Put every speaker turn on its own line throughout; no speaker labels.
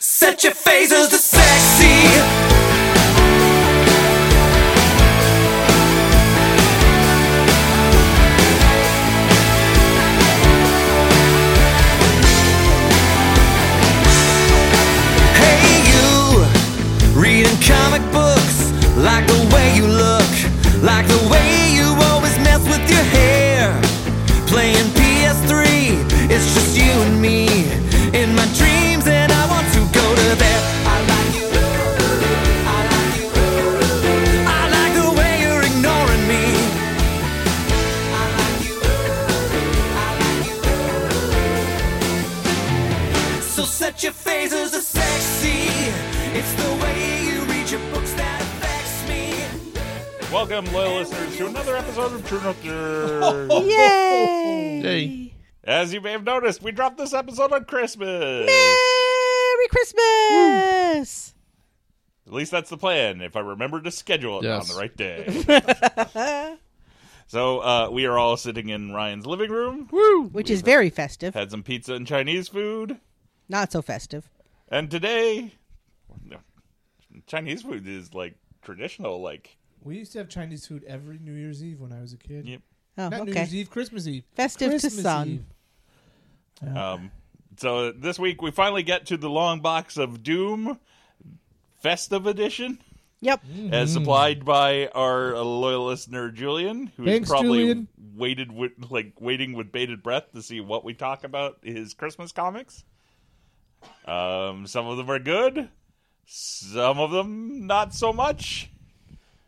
Set your phasers to sexy. Hey, you reading comic books. Like the way you look. Like the way you always mess with your hair. Playing PS3. It's just you and me in my dreams, and I want to go to there. I like you. I like you. I like the way you're ignoring me. I like you. I like you. So set your phasers to sexy. It's the way you read your books that affects me.
Welcome, loyal listeners, to another episode of True North Nerd.
Yay!
Hey.
As you may have noticed, we dropped this episode on Christmas.
Merry Christmas!
At least that's the plan, if I remember to schedule it
Yes.
on the right day. so uh, we are all sitting in Ryan's living room,
Which is very festive.
had some pizza and Chinese food,
Not so festive.
and today, Chinese food is like traditional, like
We used to have Chinese food every New Year's Eve when I was a kid.
Yep.
Oh,
Not New
okay.
Year's Eve, Christmas Eve.
Festive to
Christmas
sun.
Eve.
Um, so this week we finally get to the long box of Doom Festive Edition,
Yep.
as
Mm.
supplied by our uh, loyal listener Julian, who's
Thanks,
probably
Julian.
waited with like waiting with bated breath to see what we talk about his Christmas comics. Um, some of them are good, some of them not so much,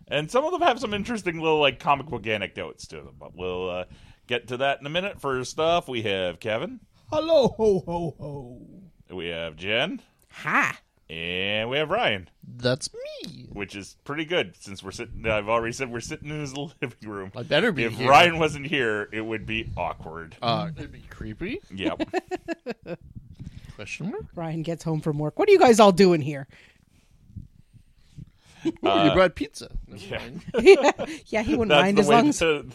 and some of them have some interesting little like comic book anecdotes to them. But we'll uh, get to that in a minute. First off, we have Kevin.
Hello, ho, ho, ho.
We have Jen
Ha!
and we have Ryan,
That's me.
which is pretty good since we're sitting. I've already said we're sitting in his living room.
I better be
If
here.
Ryan wasn't here, it would be awkward.
Uh, it'd be creepy.
yep.
Question mark.
Ryan gets home from work. What are you guys all doing here?
Ooh, you brought pizza. Never
yeah.
mind.
Yeah, he wouldn't
That's
mind
the
as
way
long as.
to-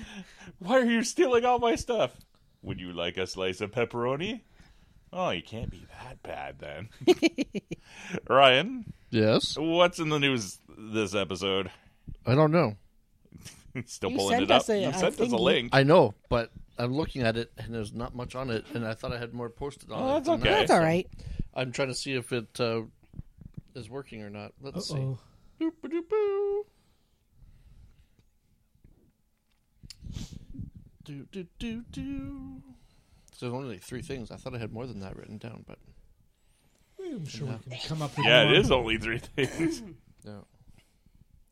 Why are you stealing all my stuff? Would you like a slice of pepperoni? Oh, you can't be that bad then. Ryan,
Yes.
what's in the news this episode?
I don't know.
Still
You
pulling
sent
it up.
us a-
you
a
sent us a
thingy.
link.
I know, but I'm looking at it and there's not much on it, and I thought I had more posted on
Oh,
it.
that's
than
okay.
that,
That's
so
all right.
I'm trying to see if it uh, is working or not. Let's see.
Uh-oh.
Doop-a-doop-boo. Do do do do. So there's only like three things. I thought I had more than that written down, but
I'm sure we can come up with
yeah,
one.
it is only three things.
no.
You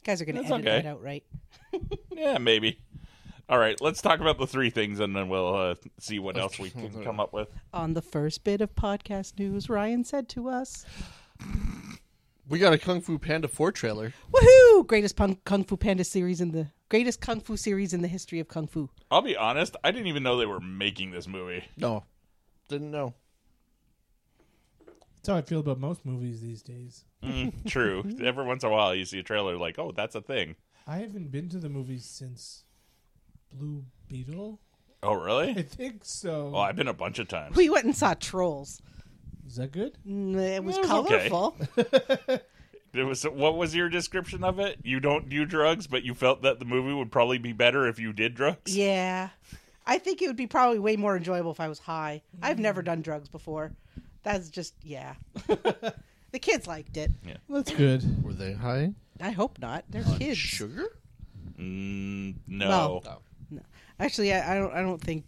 guys are going to
That's
edit
okay.
that out, right?
Yeah, maybe. All right, let's talk about the three things, and then we'll uh, see what else we
hold
can
on.
come up with.
On the first bit of podcast news, Ryan said to us,
We got a Kung Fu Panda 4 trailer.
"Woohoo! Greatest pun- Kung Fu Panda series in the greatest Kung Fu series in the history of Kung Fu."
I'll be honest; I didn't even know they were making this movie.
No. Didn't know.
That's how I feel about most movies these days.
True. Every once in a while, you see a trailer like, "Oh, that's a thing."
I haven't been to the movies since Blue Beetle.
Oh,
I
really?
think so.
Oh, I've been a bunch of times.
We went and saw Trolls.
Is that good?
Mm, It was,
It was okay.
colorful.
It was what was your description of it? You don't do drugs, but you felt that the movie would probably be better if you did drugs.
Yeah. I think it would be probably way more enjoyable if I was high. I've never done drugs before. That's just yeah. the kids liked it.
That's good.
Were they high?
I hope not. They're kids.
Sugar?
Mm, no.
No. Actually, I, I don't. I don't think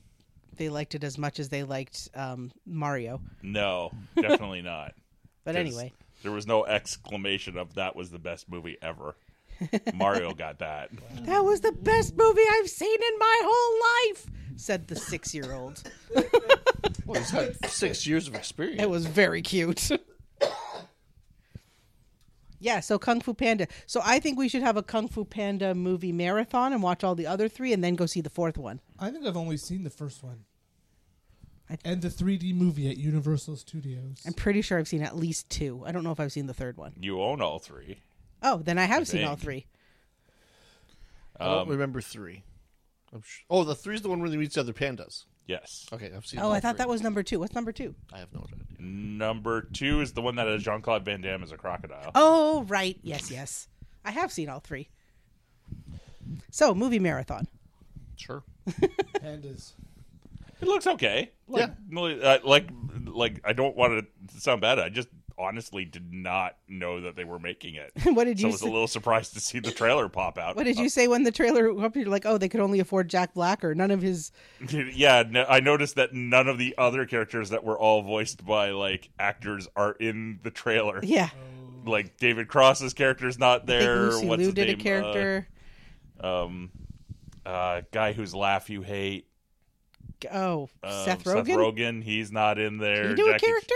they liked it as much as they liked um, Mario.
no, definitely not.
But
'Cause
anyway,
there was no exclamation of that was the best movie ever. Mario got that.
that was the best movie I've seen in my whole life," said the six-year-old.
Well, he's had six years of experience.
It was very cute. yeah, so Kung Fu Panda. So I think we should have a Kung Fu Panda movie marathon and watch all the other three and then go see the fourth one.
I think I've only seen the first one.
I-
And the 3D movie at Universal Studios.
I'm pretty sure I've seen at least two. I don't know if I've seen the third one.
You own all three.
Oh, then I have seen all
think.
three.
I don't remember three. I'm sh- oh, the three's the one where they meet the other pandas.
Yes.
Okay, I've seen.
Oh,
all
I thought
three.
that was number two. What's number two?
I have no idea.
Number two is the one that has Jean Claude Van Damme as a crocodile.
Oh, right. Yes, yes. I have seen all three. So, movie marathon.
Sure.
Pandas.
It looks okay. Like, uh, like, like I don't want it to sound bad. I just honestly did not know that they were making it.
What did
so I
you
was
say-
a little surprised to see the trailer pop out.
What did you say when the trailer went up? You're like, oh, they could only afford Jack Black or none of his.
Uh, yeah, no, I noticed that none of the other characters that were all voiced by like actors are in the trailer.
Yeah.
Like David Cross's character's not
I think
there.
Lucy
What's
Liu
his
did
name?
a
Uh,
character.
um, uh, guy whose laugh you hate.
oh,
Um,
Seth Rogen.
Seth Rogen. He's not in there.
Did he do a
Jackie-
character?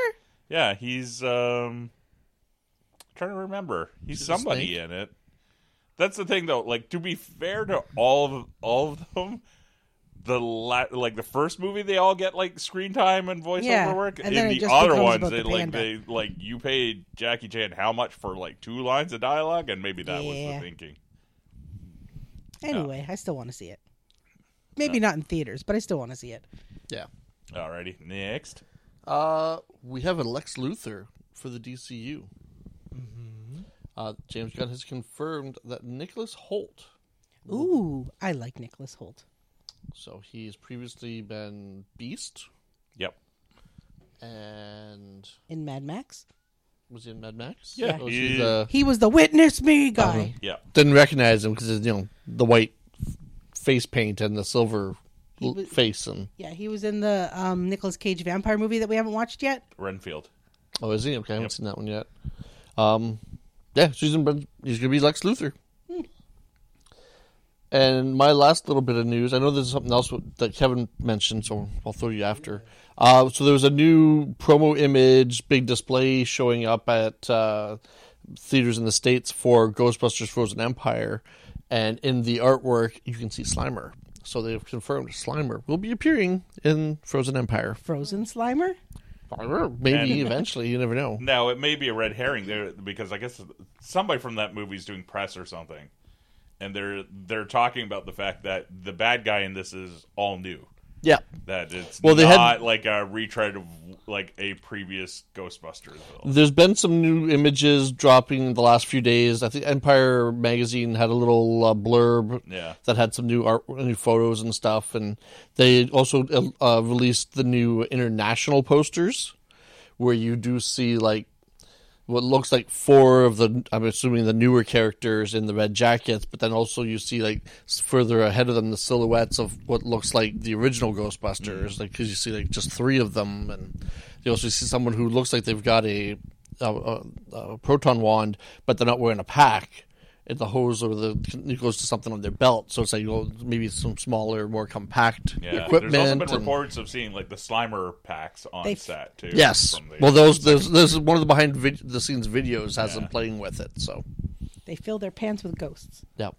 Yeah, he's um trying to remember. He's
Is it a
somebody
snake?
in it. That's the thing though, like to be fair to all of all of them, the la- like the first movie they all get like screen time and voiceover
Yeah,
work.
and then
in
it
the
just
other
becomes
ones
about
they
the
like
panda.
they like you paid Jackie Chan how much for like two lines of dialogue and maybe that was
Yeah.
the thinking.
Anyway, I still want to see it. Maybe not in theaters, but I still want to see it.
Yeah.
Alrighty. Next.
Uh, we have a Lex Luthor for the DCU. Uh, James Gunn has confirmed that Nicholas Holt.
Ooh, I like Nicholas Holt.
So he's previously been Beast
Yep.
and
In Mad Max,
was he in Mad Max?
Yeah.
Or was he
Yeah.
the-
he was the witness me guy.
Yeah.
didn't recognize him because you know the white f- face paint and the silver l-
was-
face and
Yeah, he was in the um, Nicolas Cage vampire movie that we haven't watched yet.
Renfield.
oh is he okay I haven't seen that one yet um yeah she's in Bren- he's gonna be Lex Luthor and my last little bit of news I know there's something else w- that Kevin mentioned so I'll throw you after uh so there was a new promo image big display showing up at uh theaters in the states for Ghostbusters Frozen Empire, and in the artwork you can see Slimer. So they've confirmed Slimer will be appearing in Frozen Empire.
Frozen Slimer.
Maybe
And-
eventually, you never know.
Now it may be a red herring there because I guess somebody from that movie is doing press or something, and they're they're talking about the fact that the bad guy in this is all new.
Yeah,
That it's
Well, they had-
not like a retread of like a previous Ghostbusters film.
there's been some new images dropping the last few days. I think Empire magazine had a little uh, blurb
Yeah.
that had some new art, new photos and stuff, and they also uh, released the new international posters, where you do see like what looks like four of the I'm assuming the newer characters in the red jackets, but then also you see like s- further ahead of them the silhouettes of what looks like the original Ghostbusters, like because you see like just three of them, and you also see someone who looks like they've got a a, a, a proton wand, but they're not wearing a pack. And the hose or the it goes to something on their belt, so it's like well, maybe some smaller, more compact
Yeah,
equipment.
there's also been
and-
reports of seeing like the Slimer packs on
They-
set too.
Yes.
from the-
Well, those there's, there's one of the behind vid- the scenes videos has them
Yeah.
playing with it. So,
They fill their pants with ghosts.
yeah.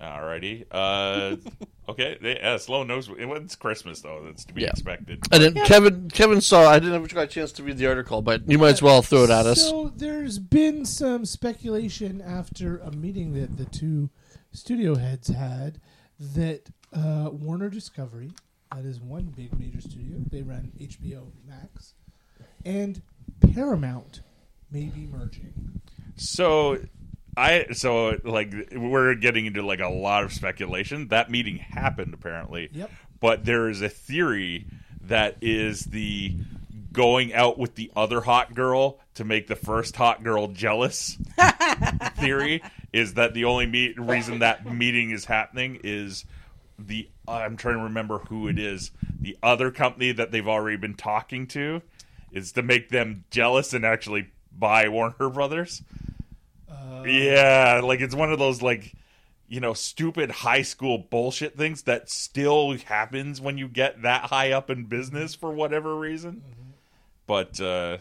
alrighty. Uh, okay, they- yeah, slow nose. It's Christmas though. That's to be
Yeah.
expected.
And then Kevin Kevin saw I didn't have a chance to read the article, but you might as well throw it at us.
So there's been some speculation after a meeting that the two studio heads had that uh, Warner Discovery, that is one big major studio, they run HBO Max, and Paramount may be merging.
So I so like we're getting into like a lot of speculation. That meeting happened apparently.
Yep.
But there is a theory that is the going out with the other hot girl to make the first hot girl jealous theory is that the only me- reason that meeting is happening is the I'm trying to remember who it is. The other company that they've already been talking to is to make them jealous and actually buy Warner Brothers. yeah, like it's one of those like you know stupid high school bullshit things that still happens when you get that high up in business for whatever reason. But uh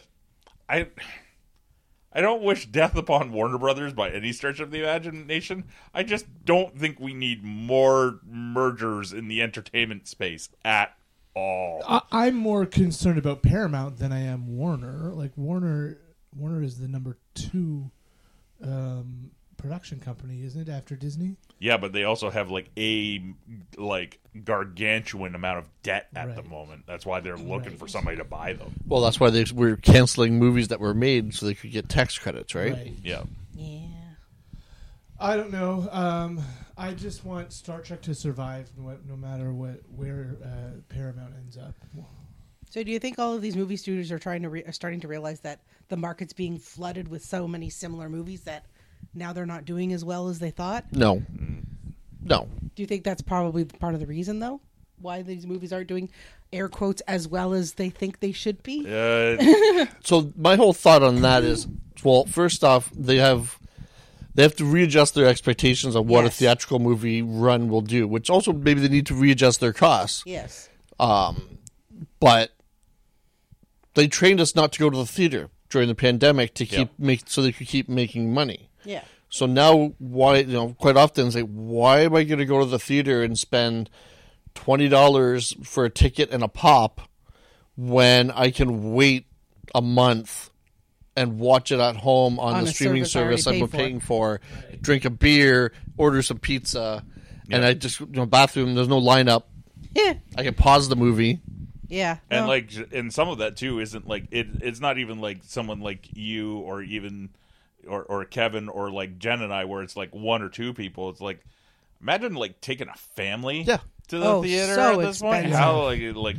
I I don't wish death upon Warner Brothers by any stretch of the imagination. I just don't think we need more mergers in the entertainment space at all.
I, I'm more concerned about Paramount than I am Warner. Like Warner, Warner is the number two um, production company, isn't it? After Disney,
Yeah, but they also have like a like gargantuan amount of debt at the
Right.
moment. That's why they're looking for somebody to buy them.
Well, that's why they were canceling movies that were made so they could get tax credits, right?
Yeah.
Yeah.
I don't know. Um, I just want Star Trek to survive, no, no matter what where uh, Paramount ends up.
So do you think all of these movie studios are trying to re- are starting to realize that the market's being flooded with so many similar movies that now they're not doing as well as they thought?
No, no.
Do you think that's probably part of the reason though? Why these movies aren't doing air quotes as well as they think they should be?
Uh,
So my whole thought on that is, well, first off, they have they have to readjust their expectations on what a
Yes.
theatrical movie run will do, which also maybe they need to readjust their costs.
Yes.
But they trained us not to go to the theater during the pandemic to keep
Yeah.
make so they could keep making money.
Yeah.
So now, why you know, quite often it's like, why am I going to go to the theater and spend twenty dollars for a ticket and a pop when I can wait a month and watch it at home on,
On
the
a
streaming
service
service,
I already
I'm
paid for.
paying for, drink a beer, order some pizza, and I just you know bathroom. There's no lineup.
Yeah.
I can pause the movie.
Yeah.
and
No.
like and some of that too isn't like it it's not even like someone like you or even or or Kevin or like Jen and I where it's like one or two people. It's like imagine like taking a family
Yeah.
to the
Oh,
theater
so
at this point.
expensive.
How like it- like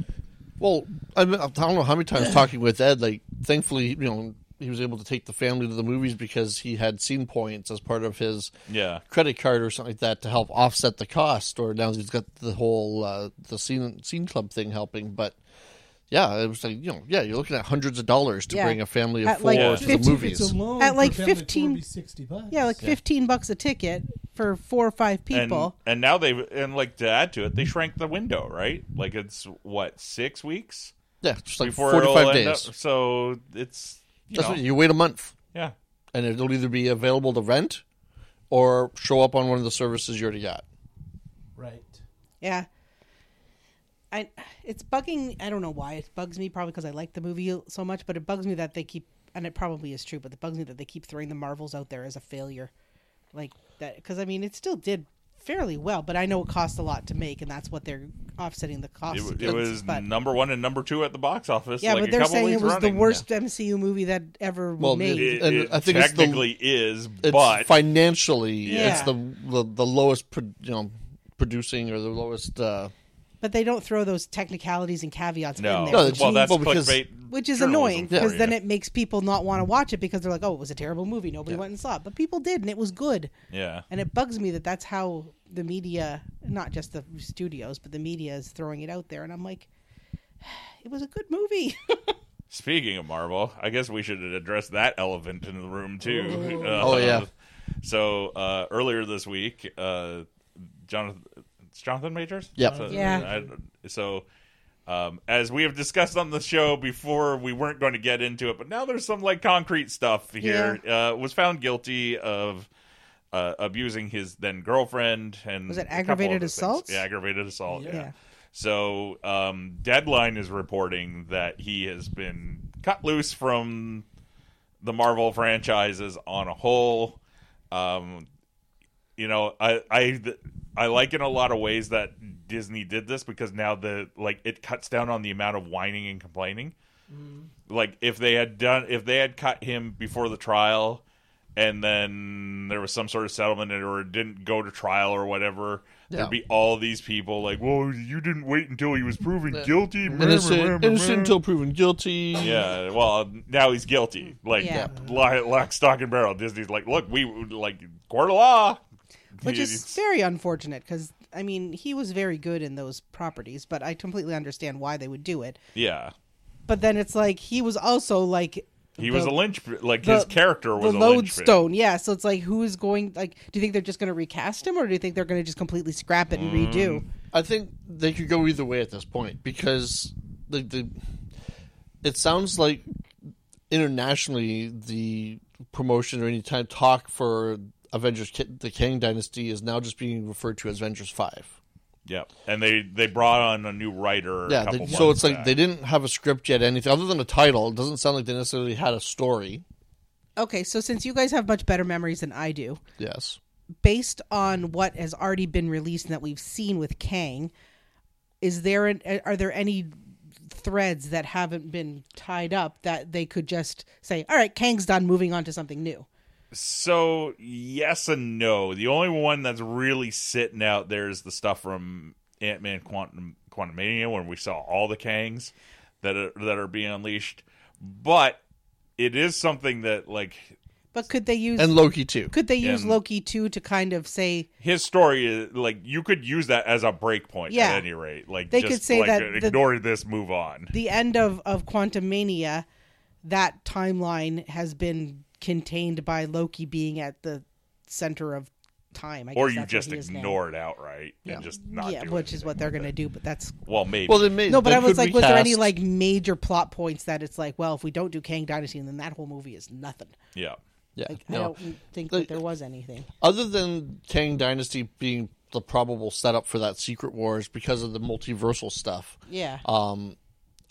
Well, I, mean, I don't know how many times talking with Ed. Like, thankfully, you know, he was able to take the family to the movies because he had scene points as part of his
Yeah.
credit card or something like that to help offset the cost. Or now he's got the whole uh, the scene scene club thing helping. But yeah, it was like you know, yeah, you're looking at hundreds of dollars to
Yeah.
bring a family of
At,
four
like,
to
Just if
the
fifty-
movies.
It's alone
At,
for
like,
a family of four, it'd
15
be sixty bucks.
yeah, like 15 bucks a ticket for four or five
and
people.
and now they and like to add to it, they shrank the window, right? Like it's what six weeks
yeah, just like
before
forty
it'll
five
end
days.
up. So it's you
That's
know,
what you wait a month,
yeah,
and it'll either be available to rent or show up on one of the services you already got.
right.
Yeah. I it's bugging I don't know why it bugs me probably because I like the movie so much but it bugs me that they keep and it probably is true but it bugs me that they keep throwing the Marvels out there as a failure like that because I mean it still did fairly well but I know it cost a lot to make and that's what they're offsetting the cost
it, wa- it
against,
was
but
number one and number two at the box office.
yeah
like
but
a
they're
couple
saying it
weeks
was
running.
the worst MCU movie that ever
Well,
made
It,
And
it
I think it's the-
technically is,
it's
but
financially it's
Yeah.
the, the the lowest pro, you know producing or the lowest uh
but they don't throw those technicalities and caveats
no.
in there
No,
which
well, that's
well, because-
clickbait,
which is
journalism
annoying
for
because
you.
then it makes people not want to watch it because they're like, "Oh, it was a terrible movie. Nobody went and saw it." But people did, and it was good.
yeah.
And it bugs me that that's how the media, not just the studios, but the media is throwing it out there. And I'm like, "It was a good movie."
Speaking of Marvel, I guess we should address that elephant in the room too. Uh,
Oh, yeah.
So uh, earlier this week, uh, Jonathan, it's Jonathan Majors.
Yep.
So,
Yeah.
I- so, um, as we have discussed on the show before, we weren't going to get into it, but now there's some like concrete stuff here. Uh, was found guilty of. Uh, abusing his then girlfriend and
Was it
a couple
aggravated
other things.
assault?
Yeah, aggravated assault. Yeah.
Yeah.
So, um, Deadline is reporting that he has been cut loose from the Marvel franchises on a whole. Um, you know, I I I like in a lot of ways that Disney did this because now the like it cuts down on the amount of whining and complaining. Like if they had done if they had cut him before the trial and then there was some sort of settlement or it didn't go to trial or whatever,
Yeah.
there'd be all these people like, "Well, you didn't wait until he was proven guilty."
innocent innocent until proven guilty
Yeah, well, now he's guilty. Like
Yeah.
lock, lock, stock, and barrel. Disney's like, look, we like court of law,
which is
It's-
very unfortunate because I mean he was very good in those properties, but I completely understand why they would do it.
yeah.
But then it's like he was also like
He
the-
was a lynch. Like
the-
his character was
the
a lynchpin.
lodestone. Yeah, so it's like who is going? Like, do you think they're just going to recast him, or do you think they're going to just completely scrap it and redo?
Mm.
i think they could go either way at this point because the, the it sounds like internationally the promotion or any time talk for avengers Ki- the kang dynasty is now just being referred to as avengers 5
Yep. And they they brought on a new writer. a
yeah
couple
they, so
months
it's like
back.
they didn't have a script yet anything other than a title it doesn't sound like they necessarily had a story
okay, so since you guys have much better memories than I do,
Yes.
based on what has already been released and that we've seen with Kang, is there an, are there any threads that haven't been tied up that they could just say, "All right, Kang's done, moving on to something new."
So yes and no. The only one that's really sitting out there is the stuff from Ant Man Quantum Quantumania when we saw all the Kangs that are that are being unleashed. But it is something that like
But could they use
And Loki too.
could they use
and-
Loki too to kind of say
his story is like you could use that as a break point
Yeah.
at any rate. Like
They
just,
could say
like, uh,
that the-
ignore this, move on.
the end of of Quantum Mania, that timeline has been contained by Loki being at the center of time. I
Or
guess
you
that's what
just
he is now.
ignore it outright and just not
yeah,
do
which is
anything
what they're
with
going to
it.
do. But that's
Well, maybe.
Well, they made
no. But
they
I was
could
like, was there any
recast-
like major plot points that it's like, well, if we don't do Kang Dynasty, then that whole movie is nothing.
yeah.
Yeah,
Like I
no.
don't think that there was anything.
other than Kang Dynasty being the probable setup for that Secret Wars because of the multiversal stuff.
Yeah,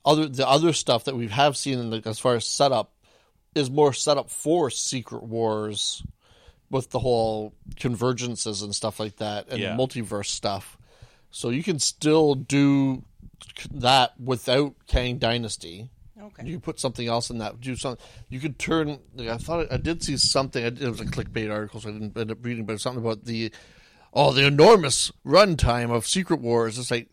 Other the other stuff that we have seen in the, as far as setup is more setup for Secret Wars with the whole convergences and stuff like that and
Yeah.
multiverse stuff. So you can still do that without Kang Dynasty.
okay.
You could put something else in that. Do something. You could turn. Like, I thought I did see something. I, it was a clickbait article, so I didn't end up reading. But it was something about the oh the enormous runtime of Secret Wars. It's like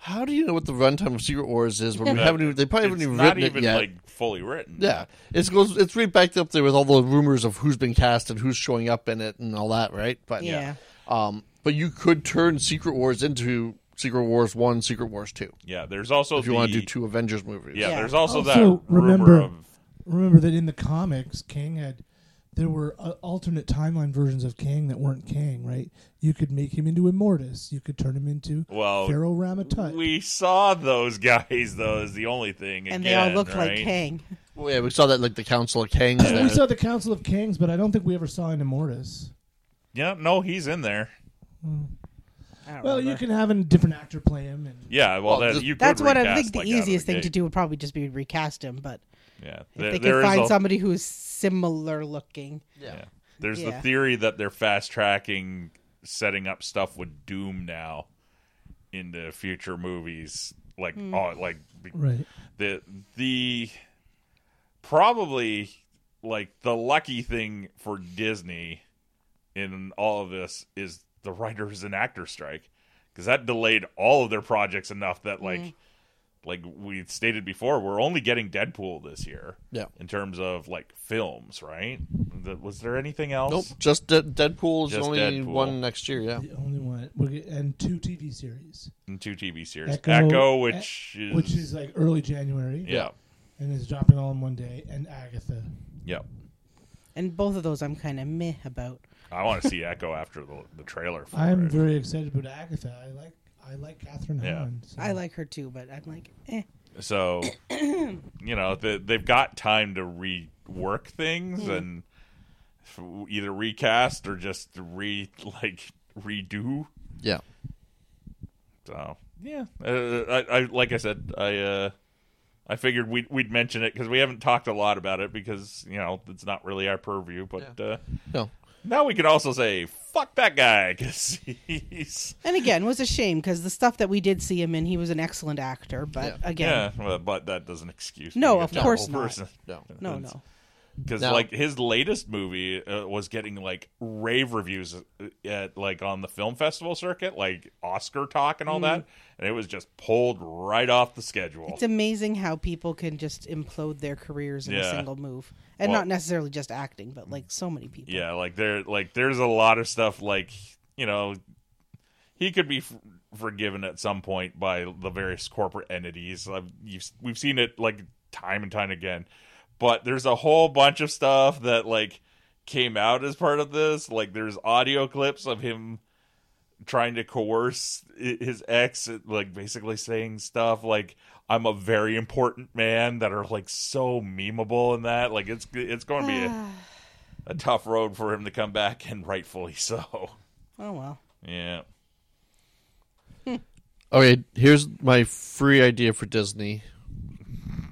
how do you know what the runtime of Secret Wars is when we haven't even they probably
It's
haven't even
not
written
even
it yet.
like fully written.
yeah, it goes. It's right back up there with all the rumors of who's been cast and who's showing up in it and all that, right? But
Yeah.
um, but you could turn Secret Wars into Secret Wars One, Secret Wars Two.
Yeah, there's also
If you
the,
want to do two Avengers movies,
Yeah,
Yeah.
there's also,
Also,
that rumor
remember-
of
Remember that in the comics, Kang had there were uh, alternate timeline versions of Kang that weren't Kang, right? You could make him into Immortus. You could turn him into
Well,
Pharaoh Ramatut.
we saw those guys though is the only thing.
and they
again,
all looked
right?
like Kang.
Well, yeah, we saw that like the Council of Kings. there.
we saw the Council of Kings, but I don't think we ever saw an Immortus.
Yeah, no, he's in there.
I don't
Well, you
remember.
can have a different actor play him, and
Yeah, well,
Well,
that,
th-
you could
That's what I
recast,
think the
like, out of
easiest thing
gate.
to do would probably just be recast him, but.
Yeah,
If
there,
they
there
can
is
find
a-
somebody who is similar looking.
yeah. There's the
Yeah.
theory that they're fast tracking setting up stuff with Doom now into future movies, like
Hmm.
oh, like be-
right.
the the probably like the lucky thing for Disney in all of this is the writers and actors strike because that delayed all of their projects enough that like
Mm-hmm.
like we stated before we're only getting Deadpool this year
Yeah.
in terms of like films right Th- was there anything else
Nope, just De- Deadpool is the
Just
only
Deadpool.
one next year. Yeah,
The only one, We'll get- and two TV series,
in two TV series Echo,
Echo- e-,
which is
which is like early January,
yeah
and is dropping all in one day, and Agatha.
yeah
And both of those I'm kind of meh about.
I want to see Echo after the the trailer for
I'm
it.
very excited about Agatha. I like I like Catherine
Yeah.
Hahn. so-
I like her too, but I'm like, eh.
So, you know, the, they've got time to rework things and f- either recast or just re like redo.
yeah.
So, yeah, uh, I, I like I said, I uh, I figured we'd we'd mention it because we haven't talked a lot about it because you know it's not really our purview. But uh,
No,
now we can also say fuck that guy because he's
And again, it was a shame because the stuff that we did see him in, he was an excellent actor. But again,
yeah, but, but that doesn't excuse
No,
being a
of course
terrible
not.
No.
no,
It's-
no.
because
Now-
like his latest movie uh, was getting like rave reviews uh, at like on the film festival circuit like oscar talk and all that and it was just pulled right off the schedule
It's amazing how people can just implode their careers in
Yeah.
a single move, and
Well-
not necessarily just acting, but like so many people.
yeah like there like there's a lot of stuff like you know he could be f- forgiven at some point by the various corporate entities I've, you've, we've seen it like time and time again but there's a whole bunch of stuff that like came out as part of this like there's audio clips of him trying to coerce i- his ex like basically saying stuff like i'm a very important man that are like so memeable and that like it's it's going to be a, a tough road for him to come back and rightfully so
Oh well.
yeah
Okay, here's my free idea for Disney: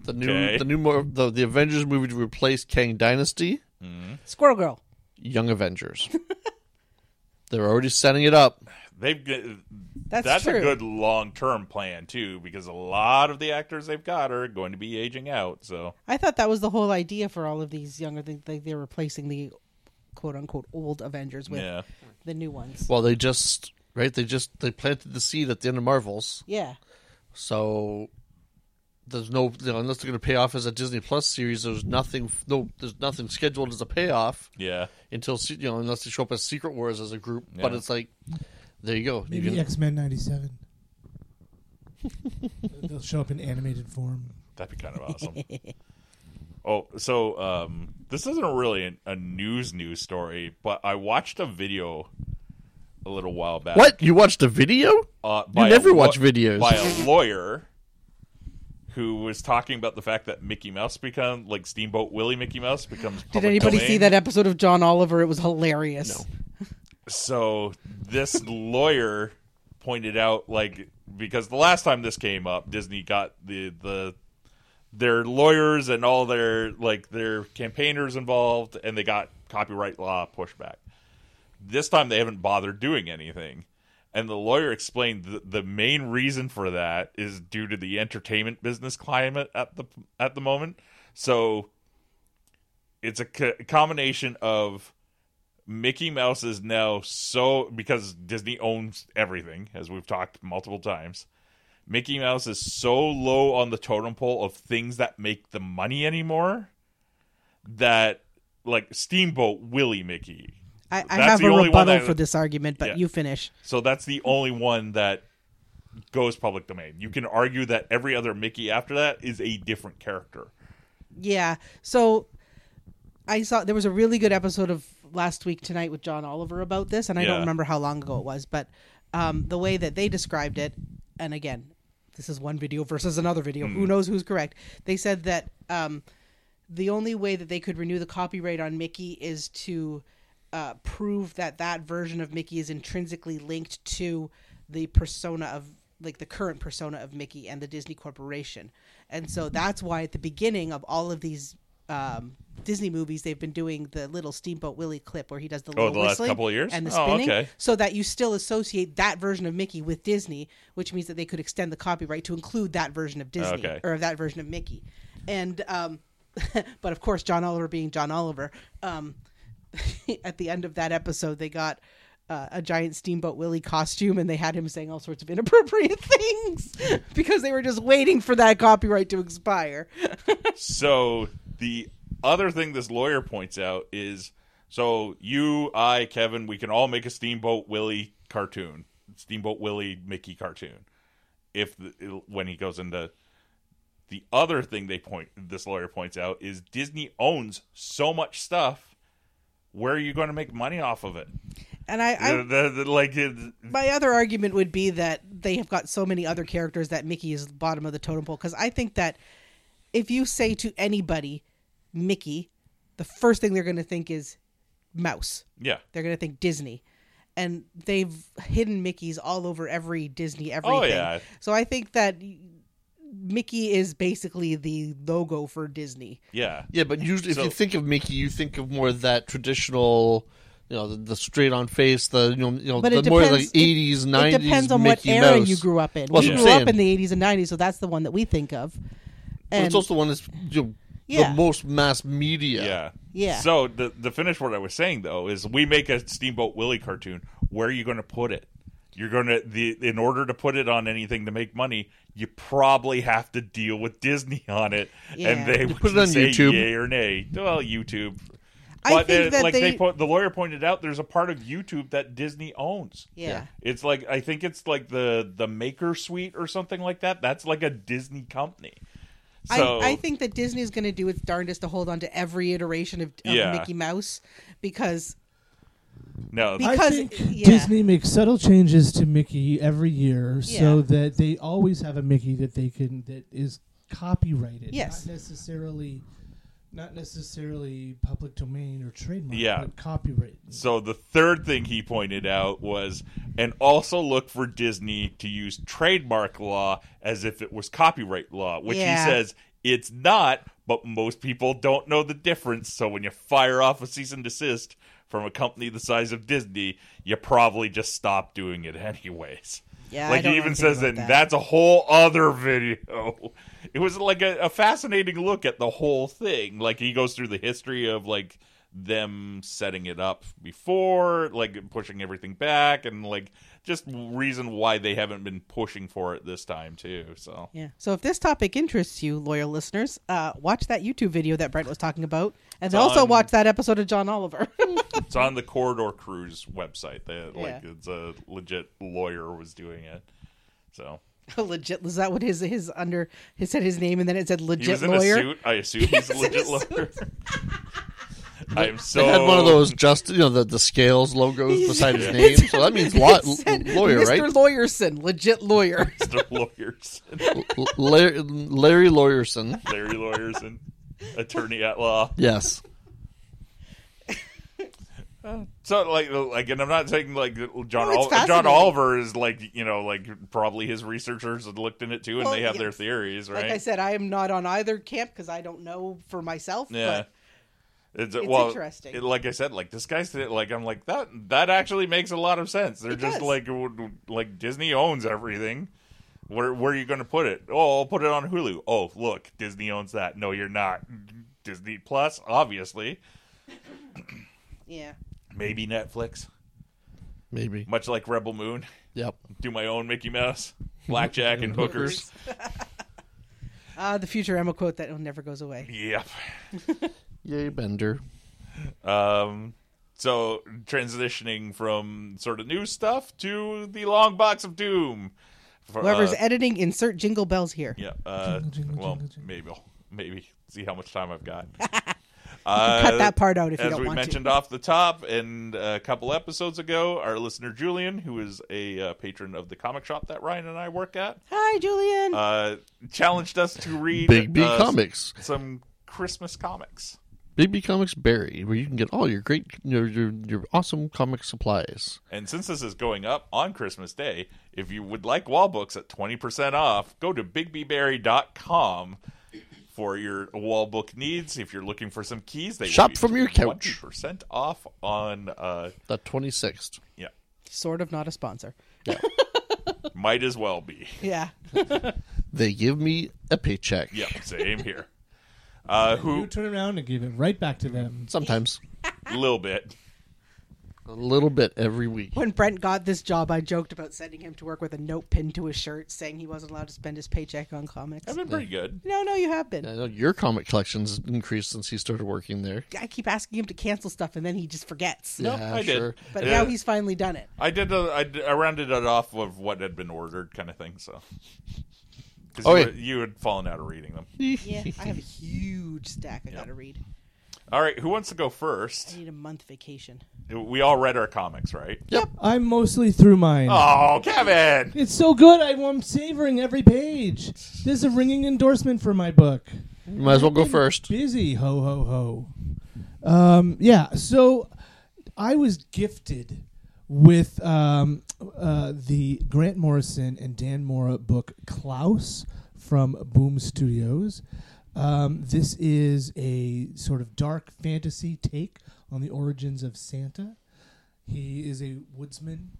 the new,
Okay.
the new, mo- the the Avengers movie to replace Kang Dynasty. Mm-hmm.
Squirrel Girl.
Young Avengers. They're already setting it up.
They've g-
That's,
that's
true.
a good long term plan too, because a lot of the actors they've got are going to be aging out. So
I thought that was the whole idea for all of these younger things. Like they're replacing the quote unquote old Avengers with
yeah,
the new ones.
Well, they just right. They just they planted the seed at the end of Marvels.
yeah.
So there's no you know, unless they're going to pay off as a Disney Plus series. There's nothing. No, there's nothing scheduled as a payoff
yeah,
until se- you know unless they show up as Secret Wars as a group. But
Yeah.
it's like there you go. You
Maybe
can-
X Men '97. They'll show up in animated form.
that'd be kind of awesome. oh, so um, this isn't really an, a news news story, but I watched a video a little while back.
what you watched a video?
Uh,
You
by a
never
law-
watch videos.
by a lawyer who was talking about the fact that Mickey Mouse become like Steamboat Willie Mickey Mouse becomes.
Did
public
anybody
domain.
see that episode of John Oliver? It was hilarious.
so this lawyer pointed out like because the last time this came up disney got the the their lawyers and all their like their campaigners involved and they got copyright law pushback this time they haven't bothered doing anything and the lawyer explained the, the main reason for that is due to the entertainment business climate at the at the moment so it's a co- combination of Mickey Mouse is now so because Disney owns everything, as we've talked multiple times. Mickey Mouse is so low on the totem pole of things that make the money anymore that like Steamboat Willie Mickey.
I, I
That's
have
the
a
only one
rebuttal
that-
for this argument, but
Yeah.
you finish.
So that's the only one that goes public domain. You can argue that every other Mickey after that is a different character.
Yeah. So I saw there was a really good episode of last week tonight with John Oliver about this, and I
Yeah.
don't remember how long ago it was, but um, the way that they described it, and again, this is one video versus another video.
Hmm.
Who knows who's correct? They said that um, the only way that they could renew the copyright on Mickey is to uh, prove that that version of Mickey is intrinsically linked to the persona of like the current persona of Mickey and the Disney Corporation. And so that's why at the beginning of all of these um, Disney movies, they've been doing the little Steamboat Willie clip where he does the little
Oh, the last
whistling
couple of years?
and the
Oh,
spinning,
okay.
so that you still associate that version of Mickey with Disney, which means that they could extend the copyright to include that version of Disney
Okay.
or of that version of Mickey. And um, but of course, John Oliver being John Oliver, um, at the end of that episode, they got. Uh, a giant steamboat Willie costume, and they had him saying all sorts of inappropriate things because they were just waiting for that copyright to expire.
So the other thing this lawyer points out is so you, I, Kevin, we can all make a Steamboat Willie cartoon, Steamboat Willie Mickey cartoon. If the, when he goes into the other thing they point this lawyer points out is Disney owns so much stuff. Where are you going to make money off of it?
And I, I
The- the- the- like it-
my other argument would be that they have got so many other characters that Mickey is bottom of the totem pole. Because I think that if you say to anybody Mickey, the first thing they're going to think is mouse.
yeah,
They're going to think Disney. And they've hidden Mickeys all over every Disney everything.
Oh, yeah.
So I think that Mickey is basically the logo for Disney.
yeah.
Yeah, but usually if
So-
you think of Mickey, you think of more of that traditional, you know, the, the straight on face, the you know, you know
But
the
it
more
depends-
like
it-
eighties, nineties.
It depends on what
Mickey
era
Mouse.
you grew up in.
Well,
we
that's
grew
what I'm
up in
saying.
the 80s and 90s, so that's the one that we think of.
But
And
it's also one that's you know,
Yeah.
the most mass media.
Yeah.
Yeah.
So the the finish what I was saying though is we make a Steamboat Willie cartoon. Where are you going to put it? You're going to the in order to put it on anything to make money, you probably have to deal with Disney on it,
Yeah.
and they
You put
wouldn't
it on
say
YouTube.
yay or nay. Well, YouTube.
I
But
think
they-
that
like they,
they-
put, the lawyer pointed out, there's a part of YouTube that Disney owns.
Yeah.
it's like I think it's like the the Maker Suite or something like that. That's like a Disney company. So
I, I think that Disney is going to do its darndest to hold on to every iteration of, of
Yeah.
Mickey Mouse because
no,
Because-
I think
yeah.
Disney makes subtle changes to Mickey every year so
Yeah.
that they always have a Mickey that they can that is copyrighted.
Yes.
Not necessarily not necessarily public domain or trademark,
Yeah.
but copyright.
So the third thing he pointed out was, and also look for Disney to use trademark law as if it was copyright law, which
Yeah.
he says It's not, but most people don't know the difference. So when you fire off a cease and desist from a company the size of Disney, you probably just stop doing it anyways.
Yeah, I
like
don't
he
know
even
anything
says
about
that,
that.
that's a whole other video. It was like a, a fascinating look at the whole thing. Like he goes through the history of like them setting it up before, like pushing everything back, and like just reason why they haven't been pushing for it this time too. So
Yeah. So if this topic interests you, loyal listeners, uh, watch that YouTube video that Brent was talking about, and then also
on-
watch that episode of John Oliver.
it's on the Corridor Cruise website. That like
Yeah.
it's a legit lawyer was doing it. So
legit was that what his his under he said his name and then it said
he
legit
was in
lawyer.
a suit. I assume he's a
was in
legit
a
lawyer. I am so
They had one of those just you know the, the scales logos beside his
Yeah.
name, so that means lo-
It said,
lawyer,
Mr.
right?
Lawyerson, legit lawyer.
Mr. lawyers,
L- Larry, Larry Lawyerson.
Larry lawyers, and attorney at law.
Yes.
So like like, and I'm not saying like John
No, it's
Ol- John
fascinating.
Oliver is like you know like probably his researchers had looked in it too, and
Well,
they have
yeah.
their theories, right?
Like I said, I am not on either camp because I don't know for myself.
Yeah.
But
It's,
it's
well,
interesting.
it- like I said, like this guy's like I'm like that. That actually makes a lot of sense. They're
It
just
does.
like w- w- like Disney owns everything. Where where are you going to put it? Oh, I'll put it on Hulu. Oh, look, Disney owns that. No, you're not. Disney Plus, obviously.
yeah.
Maybe Netflix.
Maybe.
Much like Rebel Moon,
Yep.
do my own Mickey Mouse, blackjack, and hookers.
Uh, the future Emma quote that never goes away.
Yep.
Yay, Bender.
Um, so transitioning from sort of new stuff to the long box of doom. For,
Whoever's
uh,
editing, insert jingle bells here.
Yeah. Uh,
Jingle, jingle,
well,
jingle, jingle.
maybe I'll- maybe see how much time I've got.
Cut
Uh,
that part out if you
As
don't
we
want
mentioned
to.
off the top, and a couple episodes ago, our listener Julian, who is a uh, patron of the comic shop that Ryan and I work at,
Hi, Julian.
uh, challenged us to read
Big B
uh,
Comics.
some Christmas comics.
Big B Comics Barry, where you can get all your great, your your, your awesome comic supplies.
And since this is going up on Christmas Day, if you would like wall books at 20% off, go to bigbberry.com for your wall book needs. If you're looking for some keys, they
Shop
will be
from your couch.
20% off on uh
The twenty sixth.
yeah,
sort of not a sponsor.
might as well be.
Yeah.
They give me a paycheck.
Yeah, same here. Uh
You
who
turn around and give it right back
Mm-hmm.
to them.
Sometimes
a little bit.
a little bit every week.
when Brent got this job, I joked about sending him to work with a note pinned to his shirt saying he wasn't allowed to spend his paycheck on comics.
I've been pretty good.
No, no, you have been.
I Uh, know your comic collection's increased since he started working there.
I keep asking him to cancel stuff and then he just forgets.
No,
Yeah,
I did.
sure.
But
Uh,
now he's finally done it.
I did. A, I, d- I rounded it off of what had been ordered, kind of thing. So, 'Cause
Oh,
you,
yeah.
were- you had fallen out of reading them.
Yeah. I have a huge stack I got to read.
All right, who wants to go first?
I need a month vacation.
We all read our comics, right?
I'm mostly through mine.
Oh, Kevin!
It's so good. I, am savoring every page. This is a ringing endorsement for my book.
You might as well go
Been
first.
Busy, ho ho ho. Um, yeah. So I was gifted with um, uh, the Grant Morrison and Dan Mora book Klaus from Boom Studios. Um, this is a sort of dark fantasy take on the origins of Santa. He is a woodsman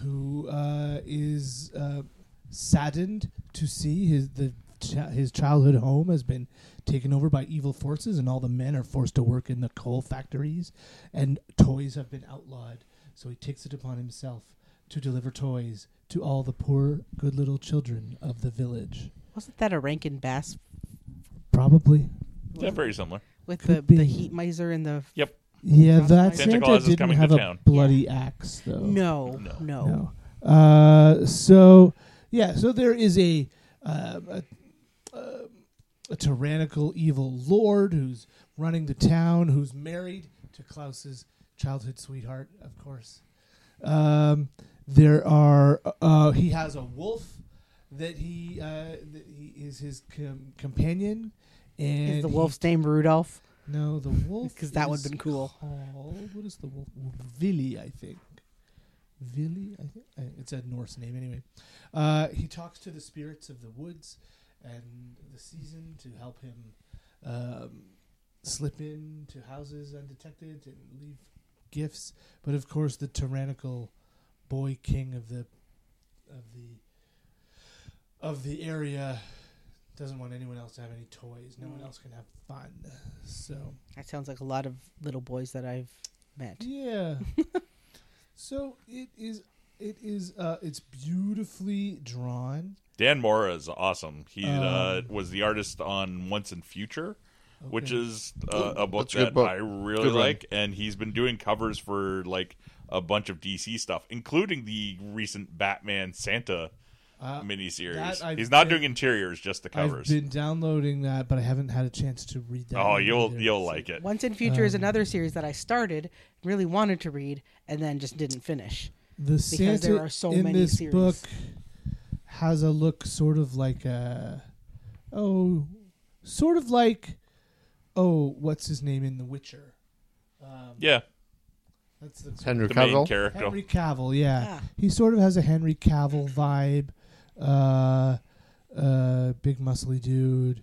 who uh, is uh, saddened to see his the chi- his childhood home has been taken over by evil forces, and all the men are forced to work in the coal factories, and toys have been outlawed. So he takes it upon himself to deliver toys to all the poor, good little children of the village.
Wasn't that a Rankin Bass
Probably,
Yeah, very similar.
with the,
Could
the
be.
heat miser and the.
Yep.
yeah.
Sounds
That
like-
Santa
Santa
Claus is
didn't
coming
have
to
a
town.
bloody axe, though.
No,
No.
no.
No. Uh, so yeah, so there is a uh, a, uh, a tyrannical evil lord who's running the town, who's married to Klaus's childhood sweetheart, of course. Um, there are uh, he has a wolf that he uh, that he is his com- companion, and
Is the
he-
wolf's name Rudolph?
no, the wolf
'Cause that would've
is
been cool.
called- what is the wolf? Vili, I think. Vili, I think Uh, it's a Norse name anyway. Uh, he talks to the spirits of the woods, and the season to help him um, slip into houses undetected and leave gifts. But of course, the tyrannical boy king of the of the of the area doesn't want anyone else to have any toys. No one
Mm.
else can have fun. So
That sounds like a lot of little boys that I've met.
yeah. so it is. It is. Uh, it's beautifully drawn.
Dan Mora is awesome. He uh, was the artist on Once in Future, which
Um, Okay.
is uh, a book
that's a good
that
book.
I really
Good one.
like, and he's been doing covers for like a bunch of DC stuff, including the recent Batman Santa
Uh, that
miniseries.
I've
He's not
been-
doing interiors, just the covers.
I've been downloading that, but I haven't had a chance to read that.
Oh,
one
you'll
either.
you'll like it.
Once in Future is another series that I started, really wanted to read, and then just didn't finish.
the Santa
there are so
in
many
this
series.
book has a look sort of like a oh, sort of like oh, what's his name in The Witcher?
Yeah,
That's the
Henry
the main
Cavill.
character.
Henry Cavill, yeah.
Ah.
He sort of has a Henry Cavill vibe. Uh, uh, big muscly dude,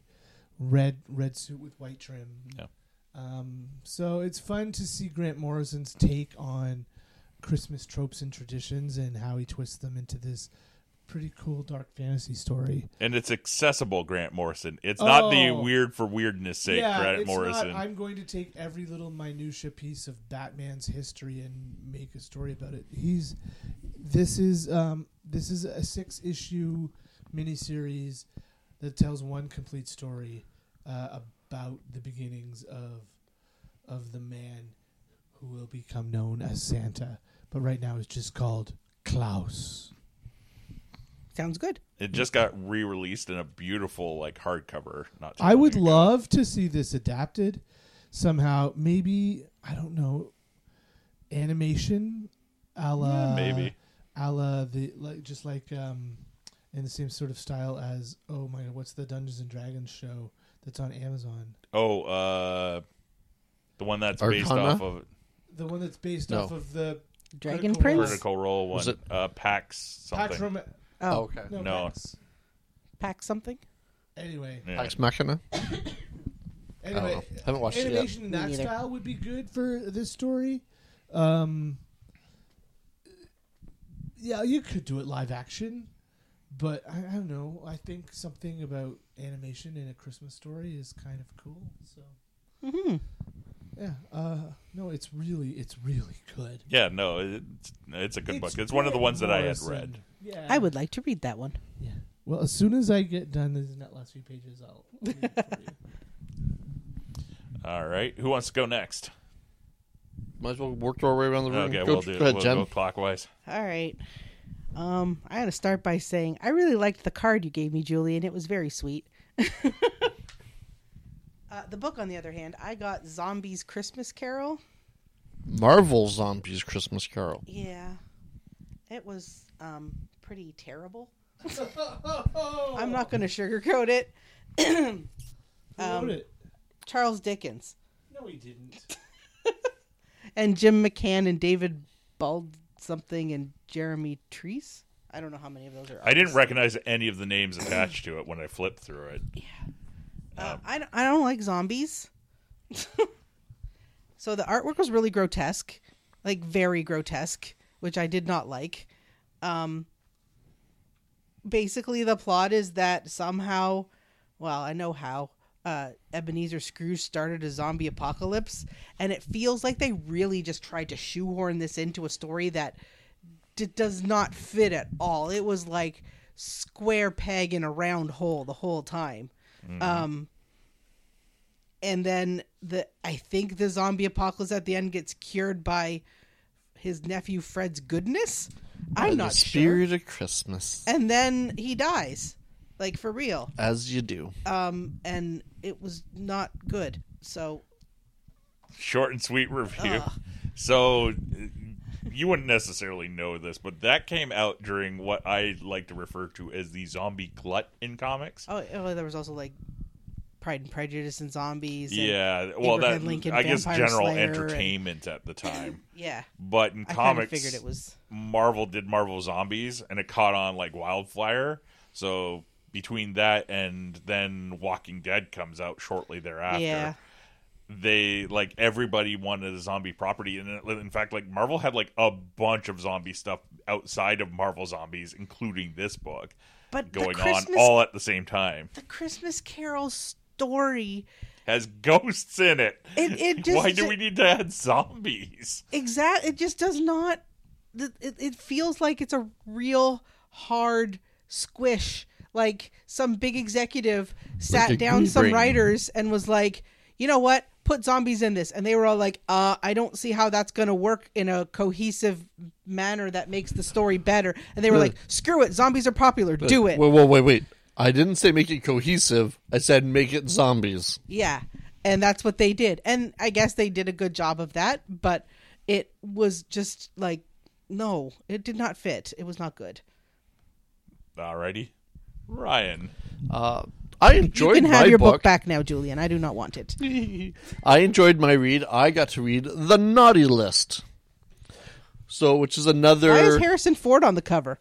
red red suit with white trim.
Yeah.
Um, so it's fun to see Grant Morrison's take on Christmas tropes and traditions and how he twists them into this pretty cool dark fantasy story.
and it's accessible. Grant Morrison. It's not the
Oh.
weird for weirdness sake. Grant
it's
Morrison.
Not, I'm going to take every little minutia piece of Batman's history and make a story about it. He's this is um, this is a six issue miniseries that tells one complete story uh, about the beginnings of of the man who will become known as Santa, but right now it's just called Klaus.
Sounds good.
It just got re-released in a beautiful like hardcover. Not too
I
long
would
ago.
love to see this adapted somehow. Maybe I don't know animation, a la
maybe.
a la the like just like um in the same sort of style as oh my god what's the Dungeons and Dragons show that's on Amazon
Oh, uh, the one that's based
Arcana?
off of
the one that's based
No.
off of the
Dragon
Critical
Prince?
Vertical Roll one.
Was it-
Uh, Pax something.
Pax Rom-
Oh,
okay.
no,
No.
Pax.
pack something?
anyway
Yeah.
Pax Machina.
anyway
know. Haven't watched it yet.
animation in
Me
that
neither.
style would be good for this story um yeah you could do it live action but I, I don't know i think something about animation in a christmas story is kind of cool so
Mm-hmm.
yeah uh no it's really it's really good
Yeah, no, it's, it's a good book. It's one of the
Grant
ones that I had
Morrison.
read.
yeah
I would like to read that one.
yeah well as soon as i get done these that last few pages i'll read it for you.
All right, who wants to go next?
Might as well work our way around the room.
Okay,
Go-
we'll do.
go ahead,
we'll
Jen.
go clockwise.
All right. Um, I gotta start by saying I really liked the card you gave me, Julian. It was very sweet. uh, the book, on the other hand, I got Zombies Christmas Carol.
Marvel Zombies Christmas Carol.
Yeah. It was um, pretty terrible. I'm not gonna sugarcoat it.
Who
Um,
wrote it
Charles Dickens
no he didn't
and Jim McCann and David Bald something and Jeremy Treese. I don't know how many of those are.
I didn't
artists.
recognize any of the names attached to it when I flipped through it.
Uh, I, don't- I don't like zombies. so the artwork was really grotesque, like very grotesque, which I did not like. Um, basically, the plot is that somehow, well, I know how. Uh, Ebenezer Scrooge started a zombie apocalypse, and it feels like they really just tried to shoehorn this into a story that d- does not fit at all. It was like square peg in a round hole the whole time
Mm-hmm.
Um, and then the I think the zombie apocalypse at the end gets cured by his nephew Fred's goodness. I'm
the
not sure.
spirit of Christmas,
And then he dies, like for real.
as you do.
Um, and it was not good. So
Short and sweet review. So uh, you wouldn't necessarily know this, but that came out during what I like to refer to as the zombie glut in comics.
oh, oh, there was also like Pride and Prejudice and zombies. and-
Yeah, well, that
Abraham Lincoln,
I guess
Vampire
general
Slayer, and-
entertainment at the time,
yeah.
but in
I kind of
comics,
figured it was
Marvel did Marvel Zombies, and it caught on like wildfire. So between that and then Walking Dead comes out shortly thereafter.
Yeah.
They like everybody wanted a zombie property, and it- in fact, like Marvel had like a bunch of zombie stuff outside of Marvel Zombies, including this book,
But the
going on
Christmas-
all at the same time.
The Christmas Carol story.
Has ghosts in it.
It- it just-
Why do we need to add zombies?
exact it just does not th- it, it feels like it's a real hard squish like some big executive sat
Like a
down some
green brain.
writers and was like you know what put zombies in this and they were all like uh i don't see how that's going to work in a cohesive manner that makes the story better and they were like screw it zombies are popular do it
Whoa, whoa, wait, wait. I didn't say make it cohesive. I said make it zombies.
Yeah. And that's what they did. And I guess they did a good job of that, but it was just like, no, it did not fit. It was not good.
Alrighty, Ryan.
Uh, I enjoyed
you can
my
have your book.
book.
back now, Julian. I do not want it.
I enjoyed my read. I got to read the Naughty List. So, which is another.
Why is Harrison Ford on the cover?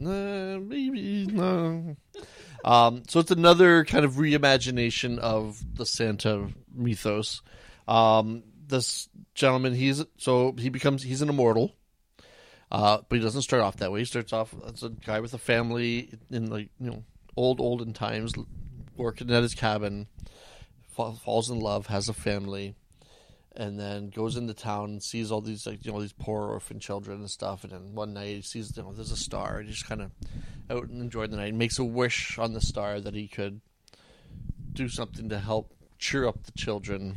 Uh, maybe no. um, so it's another kind of reimagination of the Santa mythos. Um, this gentleman, he's so he becomes he's an immortal, uh, but he doesn't start off that way. He starts off as a guy with a family in like you know old olden times, working at his cabin, fa- falls in love, has a family. And then goes into town and sees all these like you know these poor orphan children and stuff. And then one night he sees you know there's a star and he's kind of out and enjoying the night. And makes a wish on the star that he could do something to help cheer up the children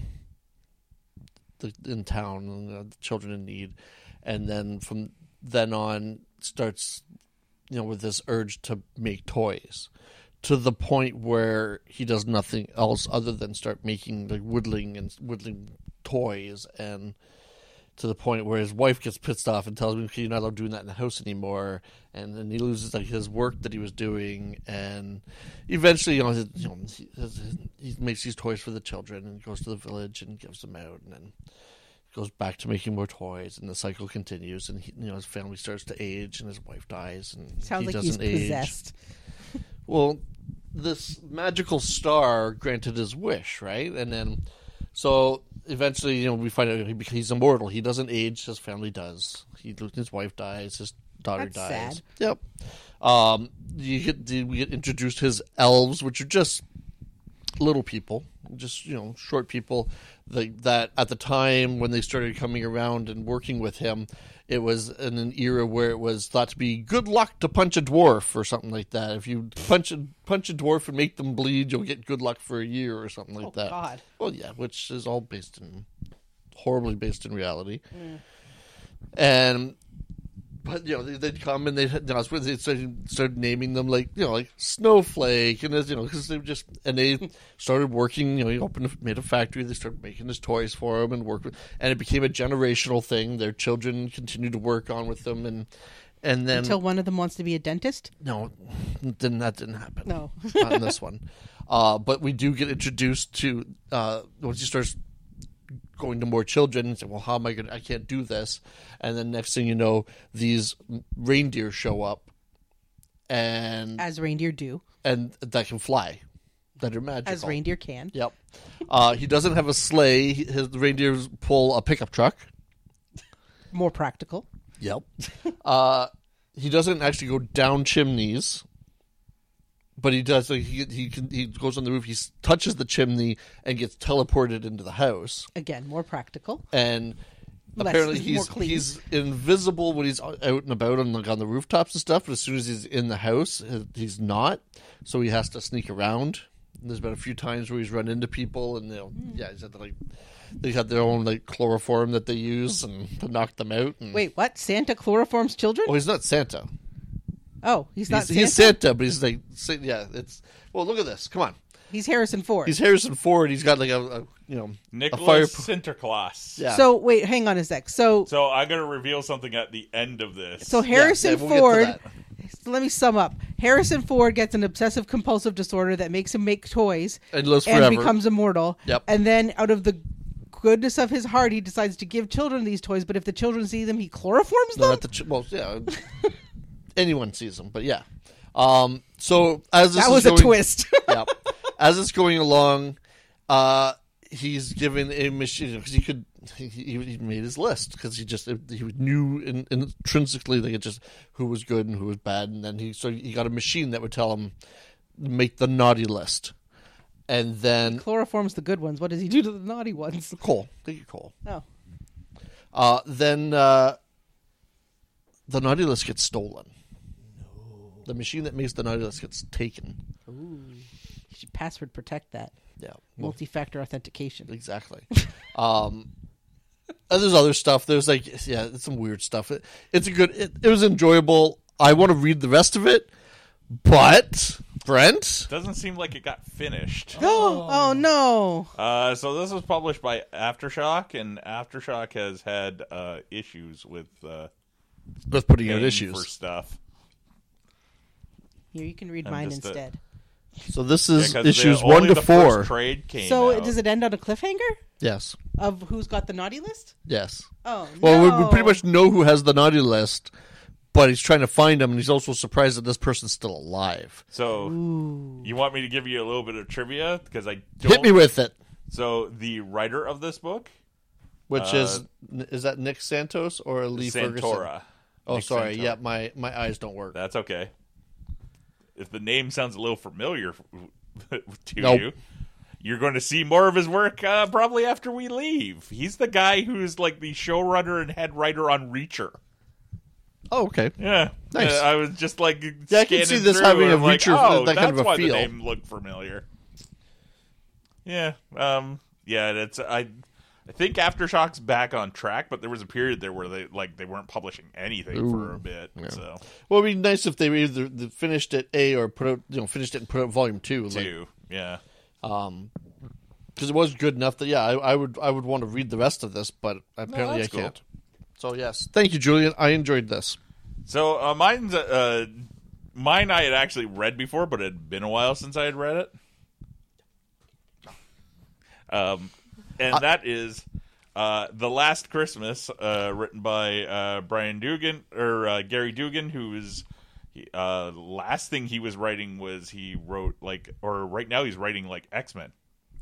the, in town and uh, the children in need. And then from then on starts you know with this urge to make toys to the point where he does nothing else other than start making like woodling and woodling toys and to the point where his wife gets pissed off and tells him "Okay, you're not allowed doing that in the house anymore and then he loses like his work that he was doing and eventually you know, his, you know he, his, he makes these toys for the children and goes to the village and gives them out and then goes back to making more toys and the cycle continues and he, you know his family starts to age and his wife dies and
Sounds
he
like he's
doesn't age
possessed.
well, this magical star granted his wish, right? And then, so eventually, you know, we find out he, bec- he's immortal. He doesn't age; his family does. He his wife dies. His daughter
That's
dies.
sad.
Yep. Um, you get the- we get introduced his elves, which are just little people, just you know, short people. Like that at the time when they started coming around and working with him, it was in an era where it was thought to be good luck to punch a dwarf or something like that. If you punch a punch a dwarf and make them bleed, you'll get good luck for a year or something like
Oh,
that.
God.
Well, yeah, which is all based in horribly based in reality, and but you know they- they'd come and they'd you know, it's when they started, started naming them like you know like snowflake and it's, you know because they just and they started working you know he opened a- made a factory they started making his toys for him and work with and it became a generational thing their children continued to work on with them and and then
Until one of them wants to be a dentist?
no then that didn't happen
No.
not in this one. Uh, but we do get introduced to uh, once he starts going to more children. And say, well, how am I going? to I can't do this. And then next thing you know, these reindeer show up, and
As reindeer do.
and that can fly, that are magical.
As reindeer can.
Yep. Uh, he doesn't have a sleigh. His reindeers pull a pickup truck.
More practical.
Yep. uh, he doesn't actually go down chimneys, but he does. Like, he he can, he goes on the roof. He s- touches the chimney and gets teleported into the house.
Again, more practical.
And
Less-
apparently
more
he's
clean.
he's invisible when he's out and about on like on the rooftops and stuff. But as soon as he's in the house, uh, he's not. So he has to sneak around. And there's been a few times where he's run into people, and they'll
Hmm.
yeah, he's had to, like they have their own like chloroform that they use and to knock them out. And,
Wait, what? Santa chloroforms children?
oh, he's not Santa.
Oh, he's not
He's, he's
Santa?
Santa, but he's like, Sa- yeah, it's. Well, look at this. Come on,
He's Harrison Ford.
he's Harrison Ford. He's got like a, a you know a fire.
Nicholas Sinterklaas.
Yeah.
So, wait, hang on a sec. So,
So I'm gonna reveal something at the end of this.
So Harrison
yeah, we'll get to
Ford.
that.
so let me sum up. Harrison Ford gets an obsessive compulsive disorder that makes him make toys
And lives forever.
becomes immortal.
Yep.
And then out of the goodness of his heart, he decides to give children these toys. But if the children see them, he chloroforms
No,
them.
not the ch- well, yeah. anyone sees him, but yeah. Um, so as this
That
is
was a
going-
twist.
yep. As it's going along, uh, he's given a machine because he could. He, he he made his list because he just he knew in, intrinsically like it just who was good and who was bad, and then he so he got a machine that would tell him make the naughty list, and then
Chloroform's the good ones. What does he do to the naughty ones?
Cole, thank you, Cole.
Oh,
Uh, then uh, the naughty list gets stolen. The machine that makes the naughty list gets taken.
you should password protect that.
Yeah, well,
Multi-factor authentication.
Exactly. um, and there's other stuff. There's like, yeah, it's some weird stuff. It, it's a good. It, it was enjoyable. I want to read the rest of it, but Brent,
Doesn't seem like it got finished.
Oh, oh no.
Uh, so this was published by Aftershock, and Aftershock has had uh, issues with uh,
was putting out
paying
issues.
for stuff.
Here, you can read
I'm
mine
just a-
instead.
So this is
'cause
issues
the-
one
only
to
the
four.
First trade came.
So
out.
does it end on a cliffhanger
yes,
of who's got the naughty list?
yes.
Oh,
Well,
no.
we, we pretty much know who has the naughty list, but he's trying to find him, and he's also surprised that this person's still alive.
So you want me to give you a little bit of trivia because I don't.
Hit me with it.
So the writer of this book,
Which is is that Nick Santos or Lee Ferguson?
Uh, Santora.
Oh,
Nick
sorry.
Santora.
Yeah, my my eyes don't work.
That's okay. If the name sounds a little familiar to
Nope.
you, you're going to see more of his work uh, probably after we leave. He's the guy who's like the showrunner and head writer on Reacher.
Oh, okay.
Yeah,
Nice.
Uh, I was just like,
I can
scanning
see this
through
having
and
a
I'm like,
Reacher,
oh,
that kind
that's
of a
why
feel."
the name looked familiar. Yeah, um, yeah, that's I. I think Aftershock's back on track, but there was a period there where they like they weren't publishing anything for a bit. So
Well, it'd be nice if they either they finished it a or put out you know finished it and put out volume two,
two, yeah.
because it was good enough that yeah, I, I would I would want to read the rest of this, but apparently I
that's cool.
can't. So yes, thank you, Julian. I enjoyed this.
So uh, mine's uh, mine I had actually read before, but it had been a while since I had read it. Um, and that is uh, the Last Christmas, uh, written by uh, Brian Dugan or uh, Gary Dugan, who is. he- Uh, last thing he was writing was he wrote like, or right now he's writing like X Men.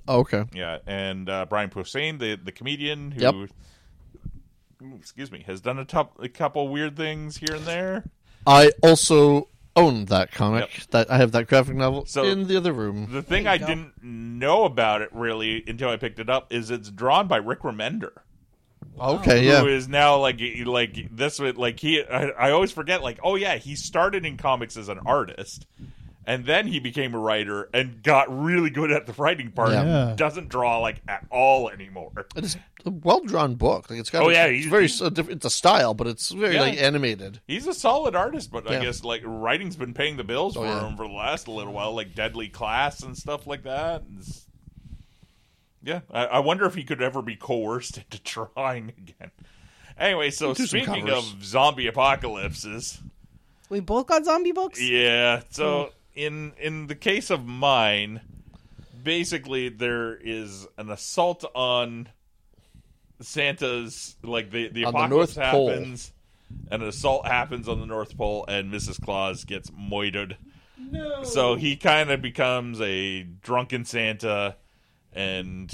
Oh, okay,
Yeah, and uh, Brian Posehn, the the comedian who,
Yep.
Ooh, excuse me, has done a, top, a couple weird things here and there.
I also own that comic.
Yep.
That I have that graphic novel
So-
in the other room.
The thing
There
I
you go.
didn't know about it really until I picked it up is it's drawn by Rick Remender,
Oh, Okay,
who
yeah,
is now like like this was- like he I, I always forget like oh yeah he started in comics as an artist. And then he became a writer and got really good at the writing part. and
Yeah.
Doesn't draw like at all anymore.
it's a well drawn book. Like it's got.
Oh,
a,
yeah,
it's
he-
very.
he-
a diff- It's a style, but it's very
Yeah.
like animated.
He's a solid artist, but
Yeah.
I guess like writing's been paying the bills
Oh,
for
yeah.
him for the last little while, like Deadly Class and stuff like that. And s- yeah, I, I wonder if he could ever be coerced into trying again. Anyway, so
Do some
speaking
covers.
of zombie apocalypses,
we both got zombie books.
yeah. So
Hmm.
in in the case of mine, basically there is an assault on Santa's like the the
On the
apocalypse
North Pole.
happens, an assault happens on the North Pole, and Mrs. Claus gets moitered.
No.
So he kind of becomes a drunken Santa, and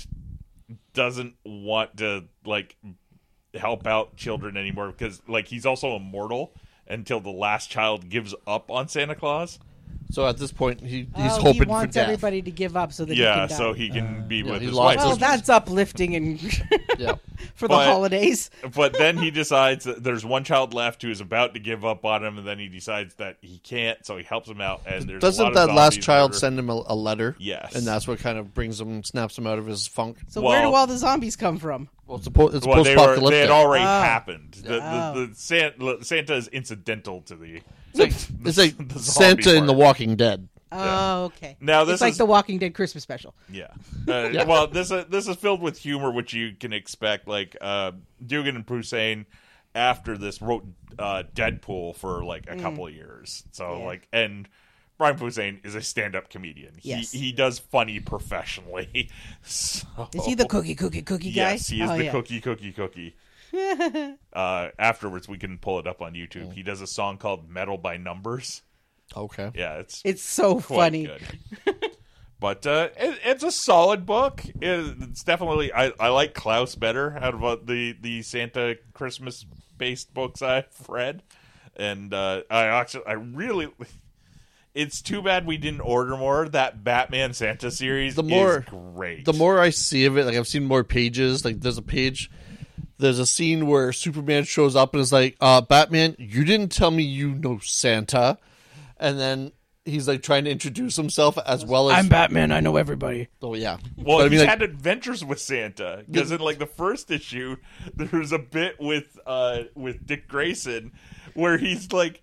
doesn't want to like help out children anymore because like he's also immortal until the last child gives up on Santa Claus.
So at this point, he, he's
Oh,
hoping
he
for
wants
death.
everybody to give up so that he
yeah,
can die.
so he can be with
Uh, he
his wife.
lost his
Well, that's uplifting and
Yeah.
for
But-
the holidays.
but then he decides that there's one child left who is about to give up on him, and then he decides that he can't, so he helps him out. And there's a lot
Doesn't
of
that last
zombies
child
that are-
send him a, a letter?
Yes.
and that's what kind of brings him, snaps him out of his funk.
So where do
well-
all the zombies come from?
Well, it's, po- it's
Well, they were
post-apocalyptic.
they had already
Ah.
happened. The, the, the Santa, Santa is incidental to the.
it's like, it's like
the zombie
Santa in The
part.
Walking Dead.
Oh, okay.
Now
it's
this
like
is
the Walking Dead Christmas special.
Yeah. Uh, Well, this uh, this is filled with humor, which you can expect. Like uh, Dugan and Poussin, after this, wrote uh, Deadpool for like a couple of years. So
Mm. Yeah.
like, and Brian Poussin is a stand-up comedian.
Yes.
He he does funny professionally. So,
Is he the cookie cookie cookie guy?
Oh. Yes, he is
Oh,
the
yeah.
cookie cookie cookie. uh, afterwards, we can pull it up on YouTube. He does a song called "Metal by Numbers."
Okay.
Yeah, it's
It's so
quite
funny.
good. but uh, it, it's a solid book. It, it's definitely I, I like Klaus better out of uh, the the Santa Christmas based books I've read, and uh, I actually I really. It's too bad we didn't order more. That Batman Santa series
The more-
is great.
The more I see of it, like I've seen more pages. Like there's a page, there's a scene where Superman shows up and is like, uh, "Batman, you didn't tell me you know Santa," and then he's like trying to introduce himself as well as
Batman. I know everybody.
Oh yeah.
Well,
But
he's
like,
had adventures with Santa because in like the first issue, there's a bit with uh with Dick Grayson where he's like,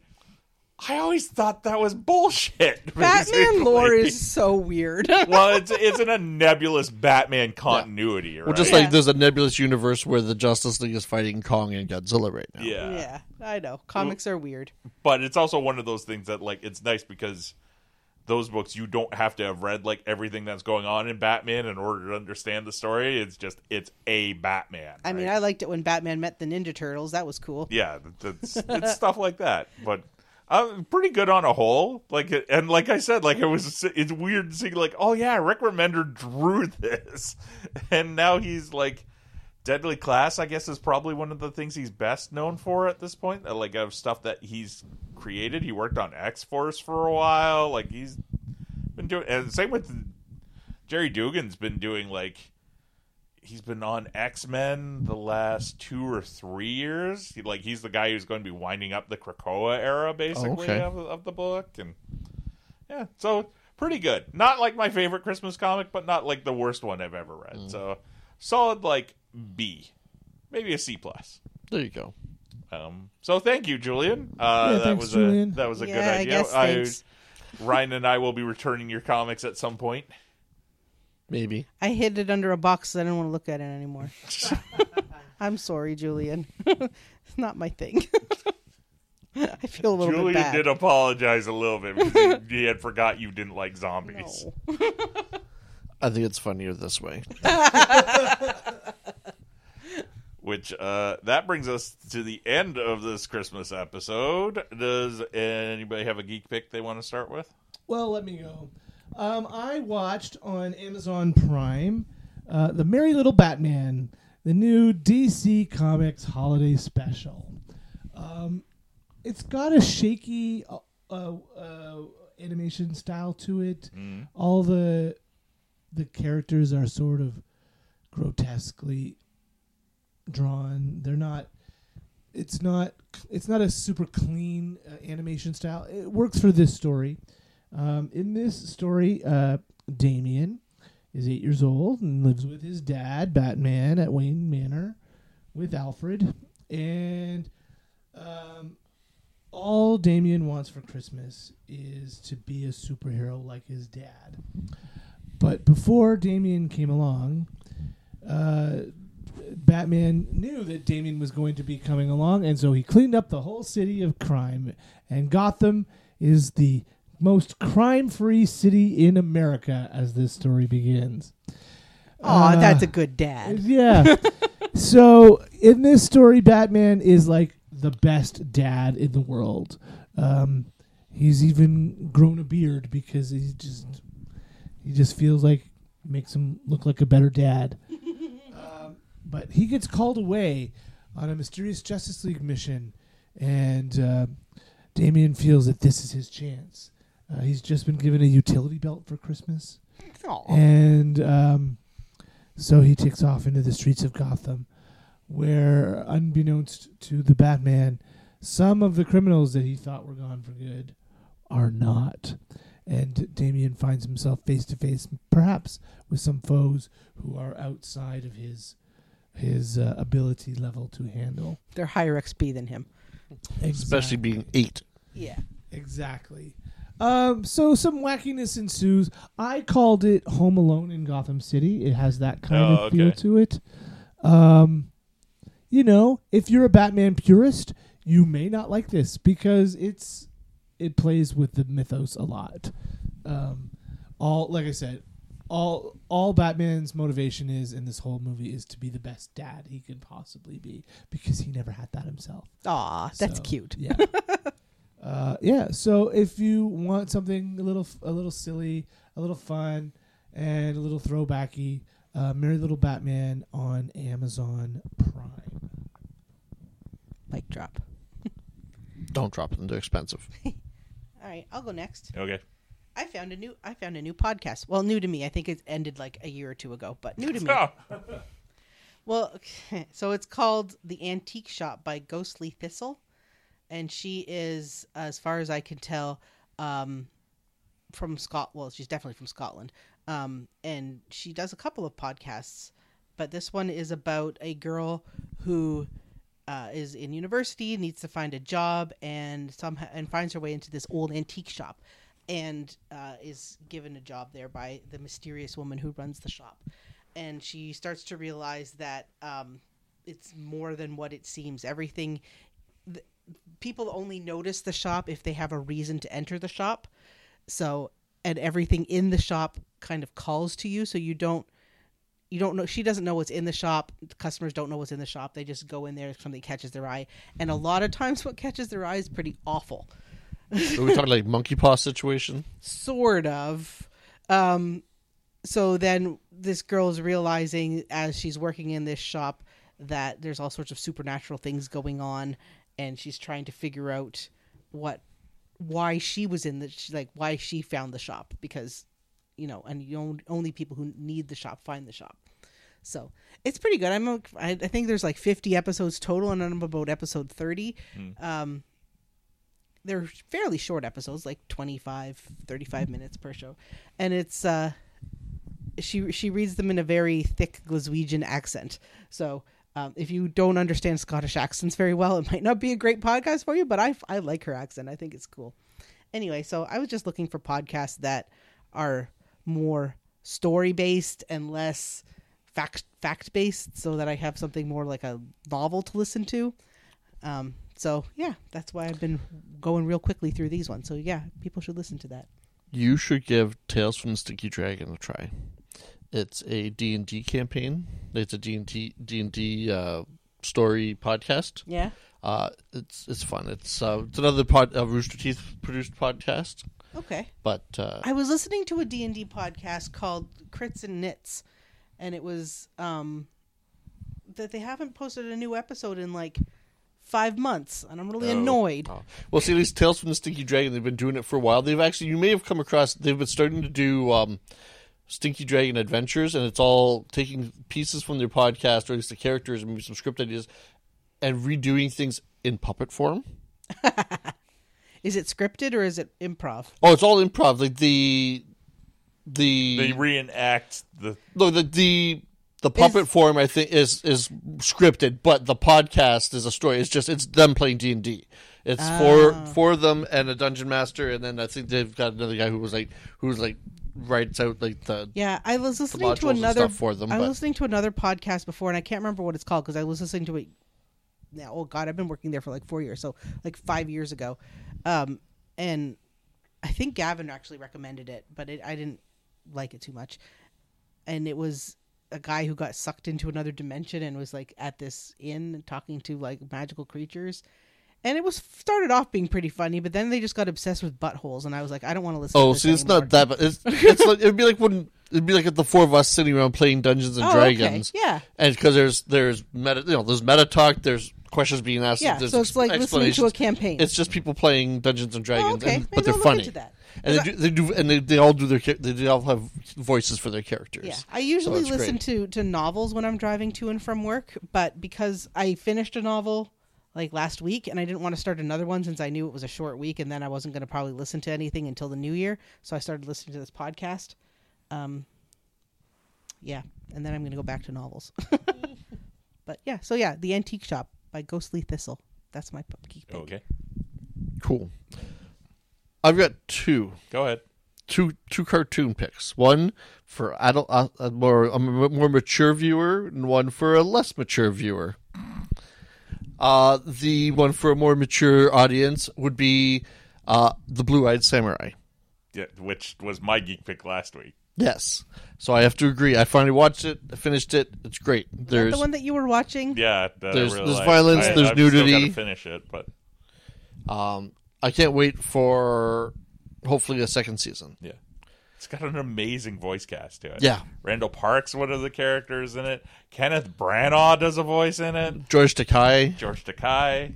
"I always thought that was bullshit." basically.
Batman lore is so weird.
well, it's it's in a nebulous Batman continuity, right?
well, just
Yeah.
like there's a nebulous universe where the Justice League is fighting Kong and Godzilla right now.
yeah.
yeah, I know. Comics are weird.
but it's also one of those things that like it's nice because those books you don't have to have read like everything that's going on in Batman in order to understand the story. It's just it's a Batman.
I mean,
right?
I liked it when Batman met the Ninja Turtles. That was cool.
yeah, that's it's stuff like that. But I'm pretty good on a whole. Like, and like I said, like it was it's weird seeing like, oh yeah, Rick Remender drew this, and now he's like. Deadly Class, I guess, is probably one of the things he's best known for at this point. uh, Like of stuff that he's created. He worked on X Force for a while. Like he's been doing, and same with Jerry Dugan's been doing like he's been on X Men the last two or three years. He, like he's the guy who's going to be winding up the Krakoa era, basically
okay.
of, of the book, and yeah, so pretty good. Not like my favorite Christmas comic, but not like the worst one I've ever read. So solid, like B, maybe a C plus.
There you go.
Um, so thank you, Julian. Uh,
Yeah,
that
thanks,
was
Julian.
a that was a
Yeah, I
good idea.
guess, thanks.
Ryan and I will be returning your comics at some point.
Maybe.
I hid it under a box. So I don't want to look at it anymore. I'm sorry, Julian. it's not my thing. I feel a little bit
Julian
bad.
did apologize a little bit because he, he had forgot you didn't like zombies.
No.
I think it's funnier this way.
Which uh, that brings us to the end of this Christmas episode. Does anybody have a geek pick they want to start with?
Well, let me go. Um, I watched on Amazon Prime uh, The Merry Little Batman, the new DC Comics holiday special. Um, it's got a shaky uh, uh, uh, animation style to it. All the the characters are sort of grotesquely drawn. They're not it's not it's not a super clean uh, animation style. It works for this story. Um, in this story, uh, Damien is eight years old and lives with his dad, Batman, at Wayne Manor with Alfred. And um, all Damien wants for Christmas is to be a superhero like his dad. But before Damien came along, uh, Batman knew that Damien was going to be coming along, and so he cleaned up the whole city of crime. And Gotham is the most crime free city in America as this story begins.
Aw,
Uh,
that's a good dad.
Yeah. so in this story, Batman is like the best dad in the world. Um, he's even grown a beard because he just he just feels like makes him look like a better dad. um, but he gets called away on a mysterious Justice League mission, and uh, Damien feels that this is his chance. Uh, he's just been given a utility belt for Christmas
Aw.
and um, so he takes off into the streets of Gotham, where, unbeknownst to the Batman, some of the criminals that he thought were gone for good are not. And Damien finds himself face to face, perhaps with some foes who are outside of his his uh, ability level to handle.
They're higher XP than him.
Especially being eight.
Yeah.
Exactly. Um, so some wackiness ensues. I called it Home Alone in Gotham City. It has that kind
Oh,
of feel
okay.
to it. Um, you know, if you're a Batman purist, you may not like this because it's it plays with the mythos a lot. Um, all like I said, all all Batman's motivation is in this whole movie is to be the best dad he can possibly be because he never had that himself.
Aw, that's
So,
cute.
Yeah. Uh, yeah. So if you want something a little a little silly, a little fun, and a little throwbacky, uh, Merry Little Batman on Amazon Prime.
Mic drop.
Don't drop them; they're expensive.
All right, I'll go next.
Okay.
I found a new I found a new podcast. Well, new to me. I think it ended like a year or two ago, but new to me.
Oh,
Well, so it's called The Antique Shop by Ghostly Thistle. And she is, as far as I can tell, um, from Scot. Well, she's definitely from Scotland. Um, and she does a couple of podcasts, but this one is about a girl who uh, is in university, needs to find a job, and somehow and finds her way into this old antique shop, and uh, is given a job there by the mysterious woman who runs the shop, and she starts to realize that um, it's more than what it seems. Everything people only notice the shop if they have a reason to enter the shop. So, and everything in the shop kind of calls to you, so you don't you don't know she doesn't know what's in the shop the customers don't know what's in the shop they just go in there something catches their eye and a lot of times what catches their eye is pretty awful
Are we talking like monkey paw situation?
sort of. Um, so then this girl is realizing as she's working in this shop that there's all sorts of supernatural things going on, and she's trying to figure out what, why she was in the she- like why she found the shop because, you know, and you on- only people who need the shop find the shop. So it's pretty good. I'm a, I, I think there's like 50 episodes total, and I'm about episode 30 they're fairly short episodes like 25 35 minutes per show and it's uh she she reads them in a very thick glaswegian accent so um, if you don't understand scottish accents very well it might not be a great podcast for you but i i like her accent i think it's cool anyway so i was just looking for podcasts that are more story based and less fact fact based so that i have something more like a novel to listen to um, so yeah, that's why I've been going real quickly through these ones. So yeah, people should listen to that.
You should give Tales from the Sticky Dragon a try. It's a D&D campaign. It's a D&D, D&D uh, story podcast.
Yeah.
Uh, it's it's fun. It's uh, it's another pod, uh, Rooster Teeth produced podcast,
Okay.
but uh,
I was listening to a D&D podcast called Crits and Knits and it was um that they haven't posted a new episode in like 5 months and I'm really annoyed.
Oh. Well, see, these Tales from the Stinky Dragon, they've been doing it for a while. They've actually, you may have come across, they've been starting to do um, Stinky Dragon adventures, and it's all taking pieces from their podcast, or at least the characters, and maybe some script ideas, and redoing things in puppet form.
Is it scripted or is it improv?
Oh, it's all improv. Like the the
they reenact the.
no, the the the puppet form I think is is scripted, but the podcast is a story. It's just it's them playing D and D. It's for for them and a dungeon master, and then I think they've got another guy who was like who's like writes out like the
Yeah, I was listening
modules
to
and
another
stuff for them,
I was
but-
listening to another podcast before, and I can't remember what it's called because I was listening to it. Now, oh God, I've been working there for like four years, so like five years ago, um, and I think Gavin actually recommended it, but it, I didn't like it too much. And it was a guy who got sucked into another dimension and was like at this inn and talking to like magical creatures. And it was started off being pretty funny, but then they just got obsessed with buttholes, and I was like, I don't want to listen. to
oh,
this
see, it's
anymore.
not that, but it's it's like it'd be like when it'd be like if the four of us sitting around playing Dungeons and
Oh, okay.
Dragons,
Yeah.
and because there's there's meta, you know, there's meta talk, there's questions being asked,
Yeah,
there's
so it's
ex-
like listening to a
explanations.
campaign. Oh,
It's just people playing Dungeons and Dragons,
okay.
and,
Maybe
but they're
I'll look
funny.
into that.
And they do, they do, and they, they all do their. cha- They, they all have voices for their characters.
Yeah, I
So
usually
it's
listen
great.
to to novels when I'm driving to and from work, but because I finished a novel like last week and I didn't want to start another one since I knew it was a short week and then I wasn't going to probably listen to anything until the new year, so I started listening to this podcast. Um yeah, and then I'm going to go back to novels. but yeah, so yeah, The Antique Shop by Ghostly Thistle. That's my puppy.
Okay.
cool. I've got two,
Go ahead.
two, two cartoon picks. One for adult, uh, a more a m- more mature viewer, and one for a less mature viewer. Uh, the one for a more mature audience would be uh, the Blue Eyed Samurai.
Yeah, which was my geek pick last week.
Yes, so I have to agree. I finally watched it. I finished it. It's great. There's
The one that you were watching?
Yeah, that I
There's- there's
realized.
violence,
I-
there's
I've still gotta
nudity.
finish it, but
Um, I can't wait for hopefully a second season.
Yeah. It's got an amazing voice cast to it.
Yeah.
Randall Park's one of the characters in it. Kenneth Branagh does a voice in it.
George Takei,
George Takei.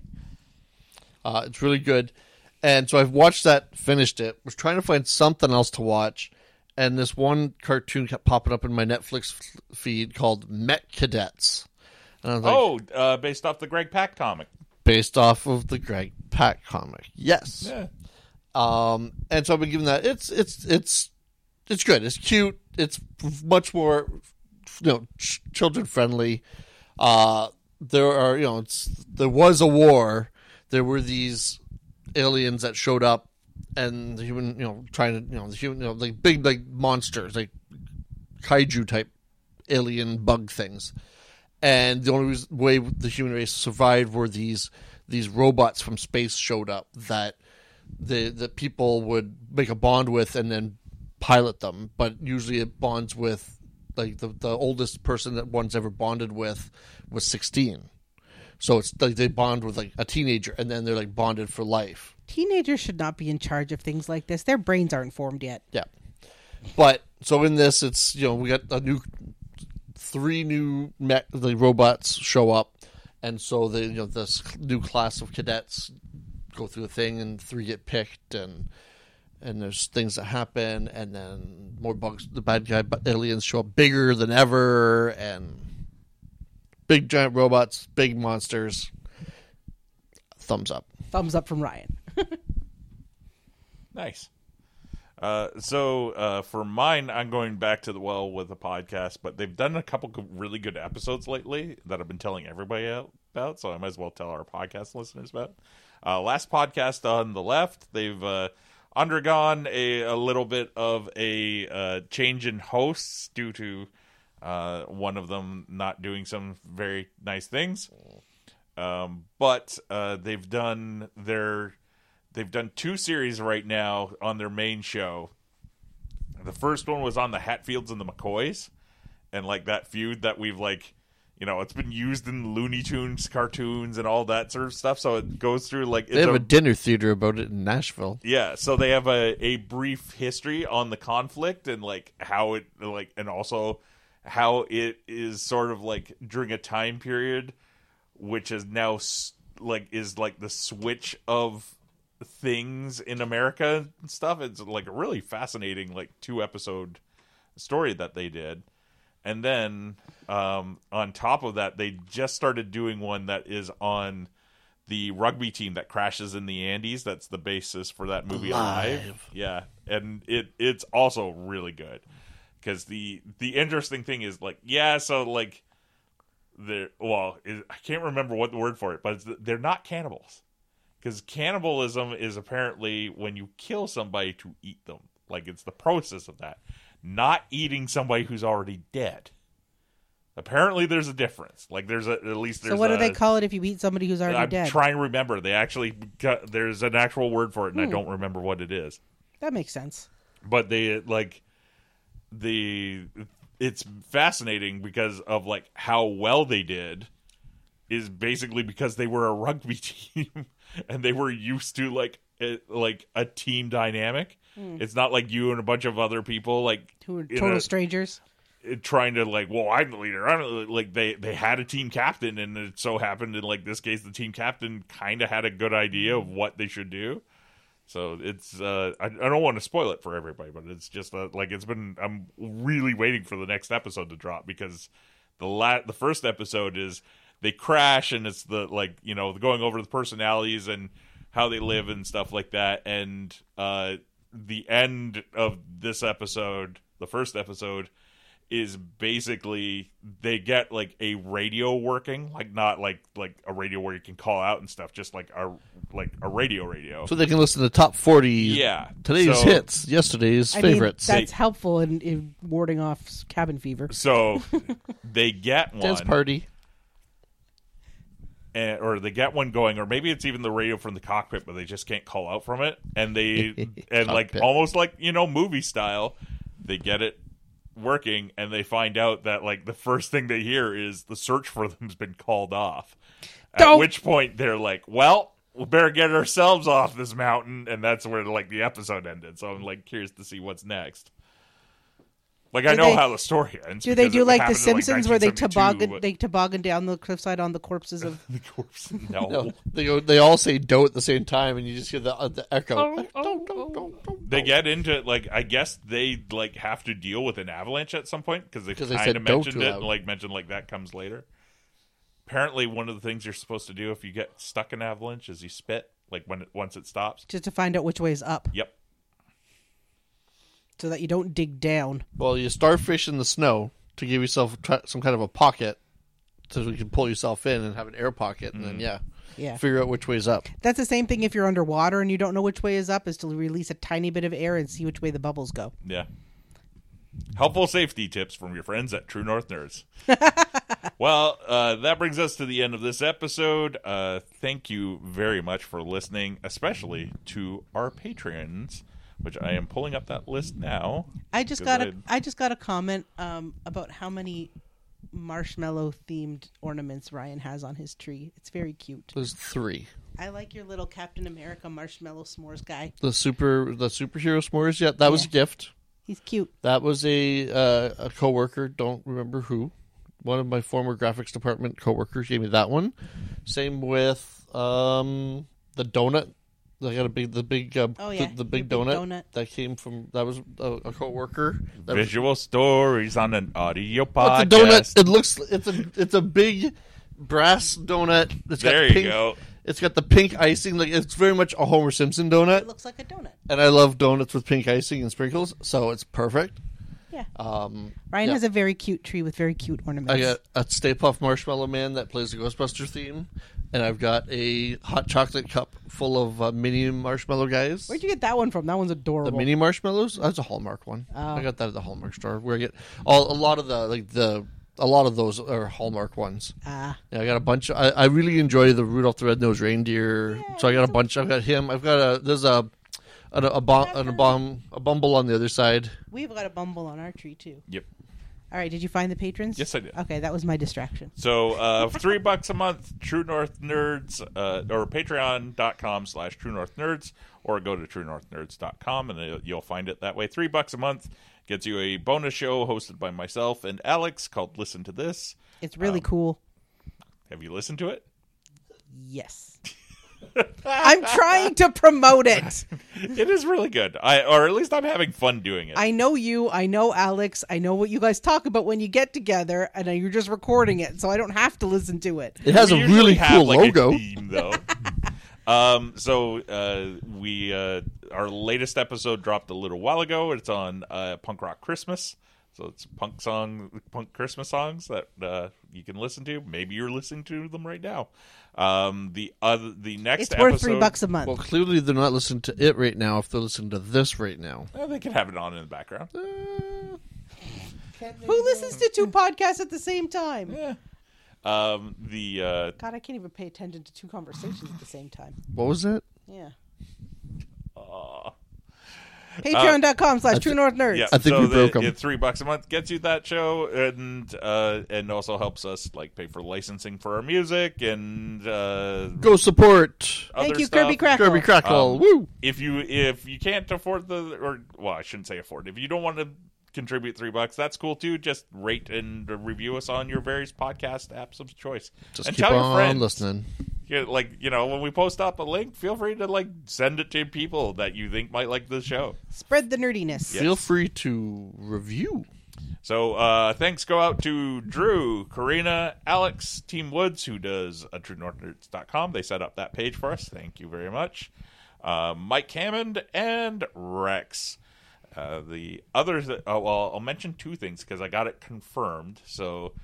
uh, it's really good. And so I've watched that, finished it, was trying to find something else to watch, and this one cartoon kept popping up in my Netflix f- feed called Met Cadets. And I was like,
Oh, uh, based off the Greg Pak comic.
based off of the Greg Pak comic. Yes.
Yeah.
Um, and so I've been giving that. It's it's it's it's good. It's cute. It's much more you know ch- children friendly. Uh, there are you know it's there was a war. There were these aliens that showed up, and the human you know trying to you know the human you know like big like monsters like kaiju type alien bug things. And the only reas- way the human race survived were these these robots from space showed up that the the people would make a bond with and then pilot them. But usually it bonds with like the the oldest person that one's ever bonded with was sixteen. So it's like they bond with like a teenager and then they're like bonded for life.
Teenagers should not be in charge of things like this. Their brains aren't formed yet.
Yeah. But so in this, it's you know we got a new three new mech, the robots show up, and so the you know this new class of cadets go through a thing, and three get picked, and and there's things that happen, and then more bugs. The bad guy but aliens show up bigger than ever, and big giant robots, big monsters. Thumbs up.
Thumbs up from Ryan.
Nice. Uh, so uh, for mine, I'm going back to the well with the podcast, but they've done a couple of really good episodes lately that I've been telling everybody out- about, so I might as well tell our podcast listeners about. Uh, last podcast on the left, they've uh, undergone a, a little bit of a uh, change in hosts due to uh, one of them not doing some very nice things um, but uh, they've done their they've done two series right now on their main show. The first one was on the Hatfields and the McCoys, and like that feud that we've like, you know, it's been used in Looney Tunes cartoons and all that sort of stuff. So it goes through like it's
They have
a-
a dinner theater about it in Nashville.
yeah, so they have a, a brief history on the conflict and like how it like and also how it is sort of like during a time period which is now s- like is like the switch of things in America and stuff. It's like a really fascinating like two episode story that they did. And then um on top of that they just started doing one that is on the rugby team that crashes in the Andes. That's the basis for that movie Alive. Yeah, and it it's also really good because the the interesting thing is like yeah, so like they're well, it, I can't remember what the word for it, but it's, they're not cannibals because cannibalism is apparently when you kill somebody to eat them. Like it's the process of that, not eating somebody who's already dead. Apparently, there's a difference. Like there's a, at least there's
so what do
a-
they call it if you eat somebody who's already
I'm
dead?
trying to remember. They actually got, there's an actual word for it, and
Hmm.
I don't remember what it is.
that makes sense.
But they like the it's fascinating because of like how well they did is basically because they were a rugby team and they were used to like it, like a team dynamic. It's not like you and a bunch of other people like
Hmm. Who are
in
total
a-
strangers?
trying to like, well, I'm the leader. I'm the leader." like they they had a team captain, and it so happened in like this case, the team captain kind of had a good idea of what they should do. So it's uh, I, I don't want to spoil it for everybody, but it's just uh, like it's been. I'm really waiting for the next episode to drop because the la- the first episode is they crash and it's the like you know going over the personalities and how they live and stuff like that and uh the end of this episode the first episode is basically they get like a radio working like not like like a radio where you can call out and stuff just like a like a radio radio
So they can listen to top forty.
yeah
Today's
So-
hits, yesterday's
I mean,
favorites.
that's helpful in, in warding off s- cabin fever.
so they get one
dance party.
and, or they get one going, or maybe it's even the radio from the cockpit, but they just can't call out from it. And they and like
Cockpit.
almost like you know movie style, they get it working, and they find out that like the first thing they hear is the search for them's been called off. At
Don't-
which point they're like, "Well, we better get ourselves off this mountain and that's where like the episode ended so i'm like curious to see what's next like i
Do
know
they-
how the story ends
Do they
because
do
it
like The
happened in, like,
Simpsons where they
1972,
toboggan they toboggan down the cliffside on the corpses of
but- the corpse
No,
no
they go, they all say "do" at the same time, and you just hear the uh, the echo.
Oh,
they get into it like i guess they like have to deal with an avalanche at some point because they
'Cause they
kind
said
of
don't
mentioned
too
it
loud.
and like mentioned like that comes later apparently one of the things you're supposed to do if you get stuck in an avalanche is you spit like when it, once it stops
just to find out which way is up
yep
so that you don't dig down.
Well, you starfish in the snow to give yourself try, some kind of a pocket, so you can pull yourself in and have an air pocket,
Mm-hmm.
and then yeah,
Yeah.
figure out which way's up.
That's the same thing if you're underwater and you don't know which way is up is to release a tiny bit of air and see which way the bubbles go.
Yeah. Helpful safety tips from your friends at True North Nerds. well, uh, that brings us to the end of this episode. Uh, thank you very much for listening, especially to our patrons, which I am pulling up that list now.
I just
Good
got a
lid.
I just got a comment um, about how many marshmallow themed ornaments Ryan has on his tree. It's very cute.
There's three.
I like your little Captain America marshmallow s'mores guy.
The super the superhero s'mores. Yeah, that was a
Yeah.
gift.
He's cute.
That was a uh, a coworker. Don't remember who. One of my former graphics department coworkers gave me that one. Same with um, the donut. I got a big the big uh,
Oh,
the-
yeah,
the,
your big
big, donut,
donut.
that came from that was a, a coworker. That was,
Visual stories on an audio
Oh,
podcast.
it's a donut. It looks it's a it's a big brass donut. It's
There
got
you
pink,
go.
It's got the pink icing. Like it's very much a Homer Simpson
It
donut.
looks like a donut.
And I love donuts with pink icing and sprinkles, so it's perfect.
Yeah.
Um,
Ryan
yeah.
has a very cute tree with very cute ornaments.
I got a Stay Puft Marshmallow Man that plays the Ghostbuster theme, and I've got a hot chocolate cup full of uh, mini marshmallow guys.
Where'd you get that one from? That Oh. one's adorable.
the mini marshmallows? That's a Hallmark one. I got that at the Hallmark store. Where I get all a lot of the like the a lot of those are Hallmark ones.
Ah.
Yeah, I got a bunch. Of, I, I really enjoy the Rudolph the Red-Nosed Reindeer. so I got a bunch. I've got him. I've got a there's a an, a bomb an, a bomb a bumble on the other side.
We've got a bumble on our tree too.
Yep.
All right, did you find the patrons?
Yes, I did.
Okay, that was my distraction.
So uh, for three bucks a month, True North Nerds, uh, or patreon.com slash True North Nerds, or go to truenorthnerds.com and you'll- you'll find it that way. Three bucks a month gets you a bonus show hosted by myself and Alex called Listen to This.
It's really
Oh.
cool.
Have you listened to it?
Yes. I'm trying to promote it.
It is really good. I Or at least I'm having fun doing it.
I know you. I know Alex. I know what you guys talk about when you get together, and you're just recording it, so I don't have to listen to it.
It has
We
a
usually
really
have,
cool
like, a
logo.
theme, though. um, so uh, we uh, our latest episode dropped a little while ago. It's on uh, punk rock Christmas. So it's punk song, punk Christmas songs that uh, you can listen to. Maybe you're listening to them right now. Um, the other, the next
It's worth
episode,
three bucks a month.
Well, clearly they're not listening to it right now. If they're listening to this right now,
Eh, they can have it on in the background.
Who listens to two podcasts at the same time?
Um, the uh,
God, I can't even pay attention to two conversations at the same time.
what was that?
Yeah. Patreon.com slash True North Nerds.
Yeah,
I think
so
we
the-
broke 'em.
yeah, three bucks a month gets you that show, and uh, and also helps us like pay for licensing for our music and uh,
Go support
other
Thank you,
stuff.
Kirby Crackle.
Kirby Crackle.
Um,
Woo!
If you if you can't afford the or well, I shouldn't say afford. If you don't want to contribute three bucks, that's cool too. Just rate and review us on your various podcast apps of choice,
Just
and
keep
tell your
on
friends.
listening.
Yeah, like you know, when we post up a link, feel free to like send it to people that you think might like the show.
Spread the nerdiness.
Feel free to review.
So uh, thanks go out to Drew, Karina, Alex, Team Woods, who does uh, TrueNorthNerds.com. They set up that page for us. Thank you very much. Uh, Mike Hammond and Rex. Uh, the other, th- oh, well, I'll mention two things because I got it confirmed. So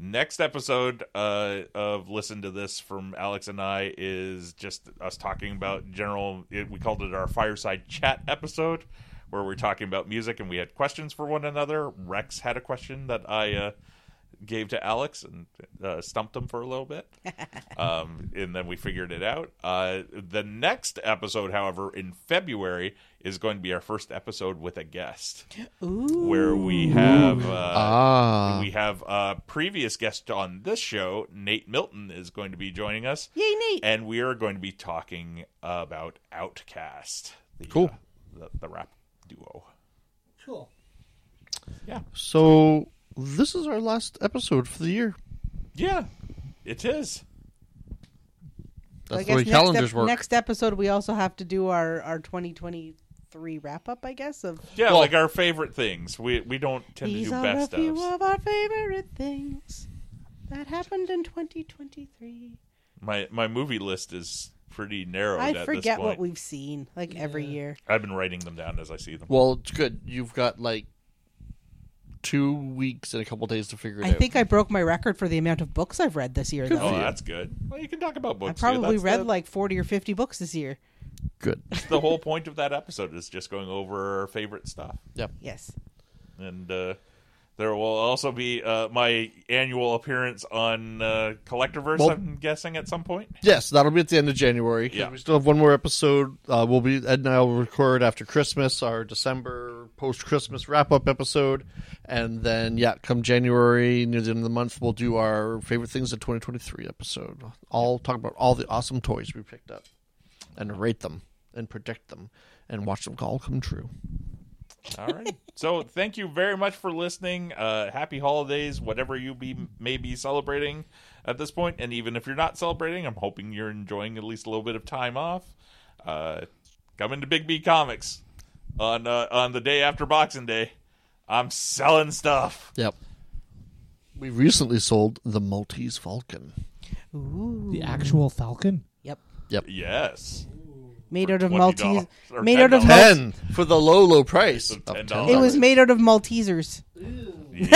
next episode uh, of Listen to This from Alex and I is just us talking about general, it, we called it our fireside chat episode where we're talking about music and we had questions for one another. Rex had a question that I uh, gave to Alex and uh, stumped him for a little bit. um, and then we figured it out. Uh, the next episode, however, in February, is going to be our first episode with a guest,
Ooh.
where we have uh,
Ah.
we have a previous guest on this show, Nate Milton, is going to be joining us,
Yay, Nate.
and we are going to be talking about Outcast, the,
Cool.
uh, the, the rap duo.
Cool.
So this is our last episode for the year.
Yeah, it is.
So I
That's the
guess
way
next ep-
calendars work.
Next episode, we also have to do our, our 2023 wrap up, I guess, of
Yeah,
Well-
like our favorite things. We we don't tend
these
to do
are
best
a few
ofs.
of our favorite things that happened in 2023.
My my movie list is pretty narrow.
I
at
forget
this point.
what we've seen like every year.
I've been writing them down as I see them.
well, it's good. You've got like two weeks and a couple days to figure it
I
out.
think I broke my record for the amount of books I've read this year,
Oh,
though.
that's good. Well, you can talk about
I
books. here.
probably
That's
read
the,
like 40 or 50 books this year.
good.
the whole point of that episode is just going over our favorite stuff,
Yeah.
Yes.
and uh, there will also be uh, my annual appearance on uh, Collectorverse.
Well-
I'm guessing at some point.
Yes, that'll be at the end of January. 'cause
Yeah.
We still have one more episode. Uh, we'll be Ed and I will record after Christmas, our December post Christmas wrap up episode, and then yeah, come January near the end of the month, we'll do our favorite things of 2023 episode. All talk about all the awesome toys we picked up, and rate them, and predict them, and watch them all come true.
All right. So thank you very much for listening. Uh, happy holidays, whatever you be may be celebrating at this point, and even if you're not celebrating, I'm hoping you're enjoying at least a little bit of time off. Uh, come into Big B Comics on uh, on the day after Boxing Day. I'm selling stuff.
Yep. We recently sold the Maltese Falcon.
Ooh.
The actual Falcon.
Yep.
Yes,
Made
For
out of
$20
Maltese.
or
Made out of
$10.
Mal-
Ten for the low, low price.
Of
of
$10.
$10.
It was made out of Maltesers.
You.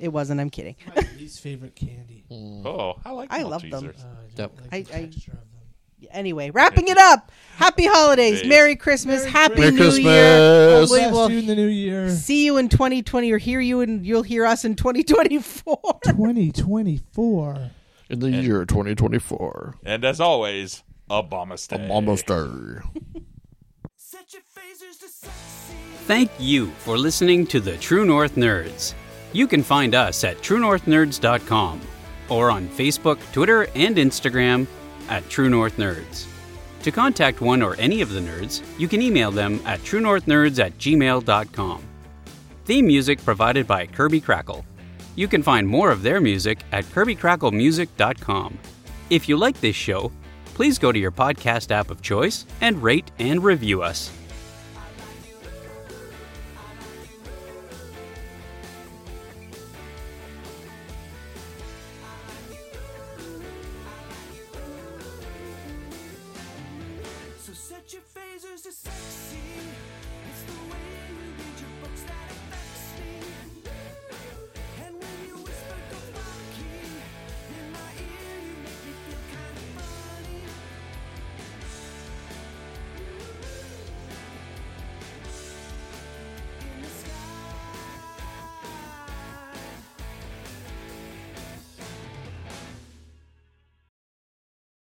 It wasn't. I'm kidding.
My least favorite candy.
oh, I like.
I love them.
Uh,
Maltesers.
I
Yep.
don't like
I-
the
I-
texture of them.
Anyway, wrapping it up. Happy holidays.
Days.
Merry Christmas. Happy
Merry
New Year.
Christmas.
We
Bless you
will
in the new year.
see you in 2020 or hear you and you'll hear us in 2024.
2024.
in the year 2024.
And as always, a bomb
A mama's day.
Set your phasers to sexy.
Thank you for listening to the True North Nerds. You can find us at truenorthnerds.com or on Facebook, Twitter, and Instagram at True North Nerds. To contact one or any of the nerds, you can email them at truenorthnerds at gmail.com. Theme music provided by Kirby Crackle. You can find more of their music at kirbycracklemusic.com. If you like this show, please go to your podcast app of choice and rate and review us.
So set your phasers to sexy.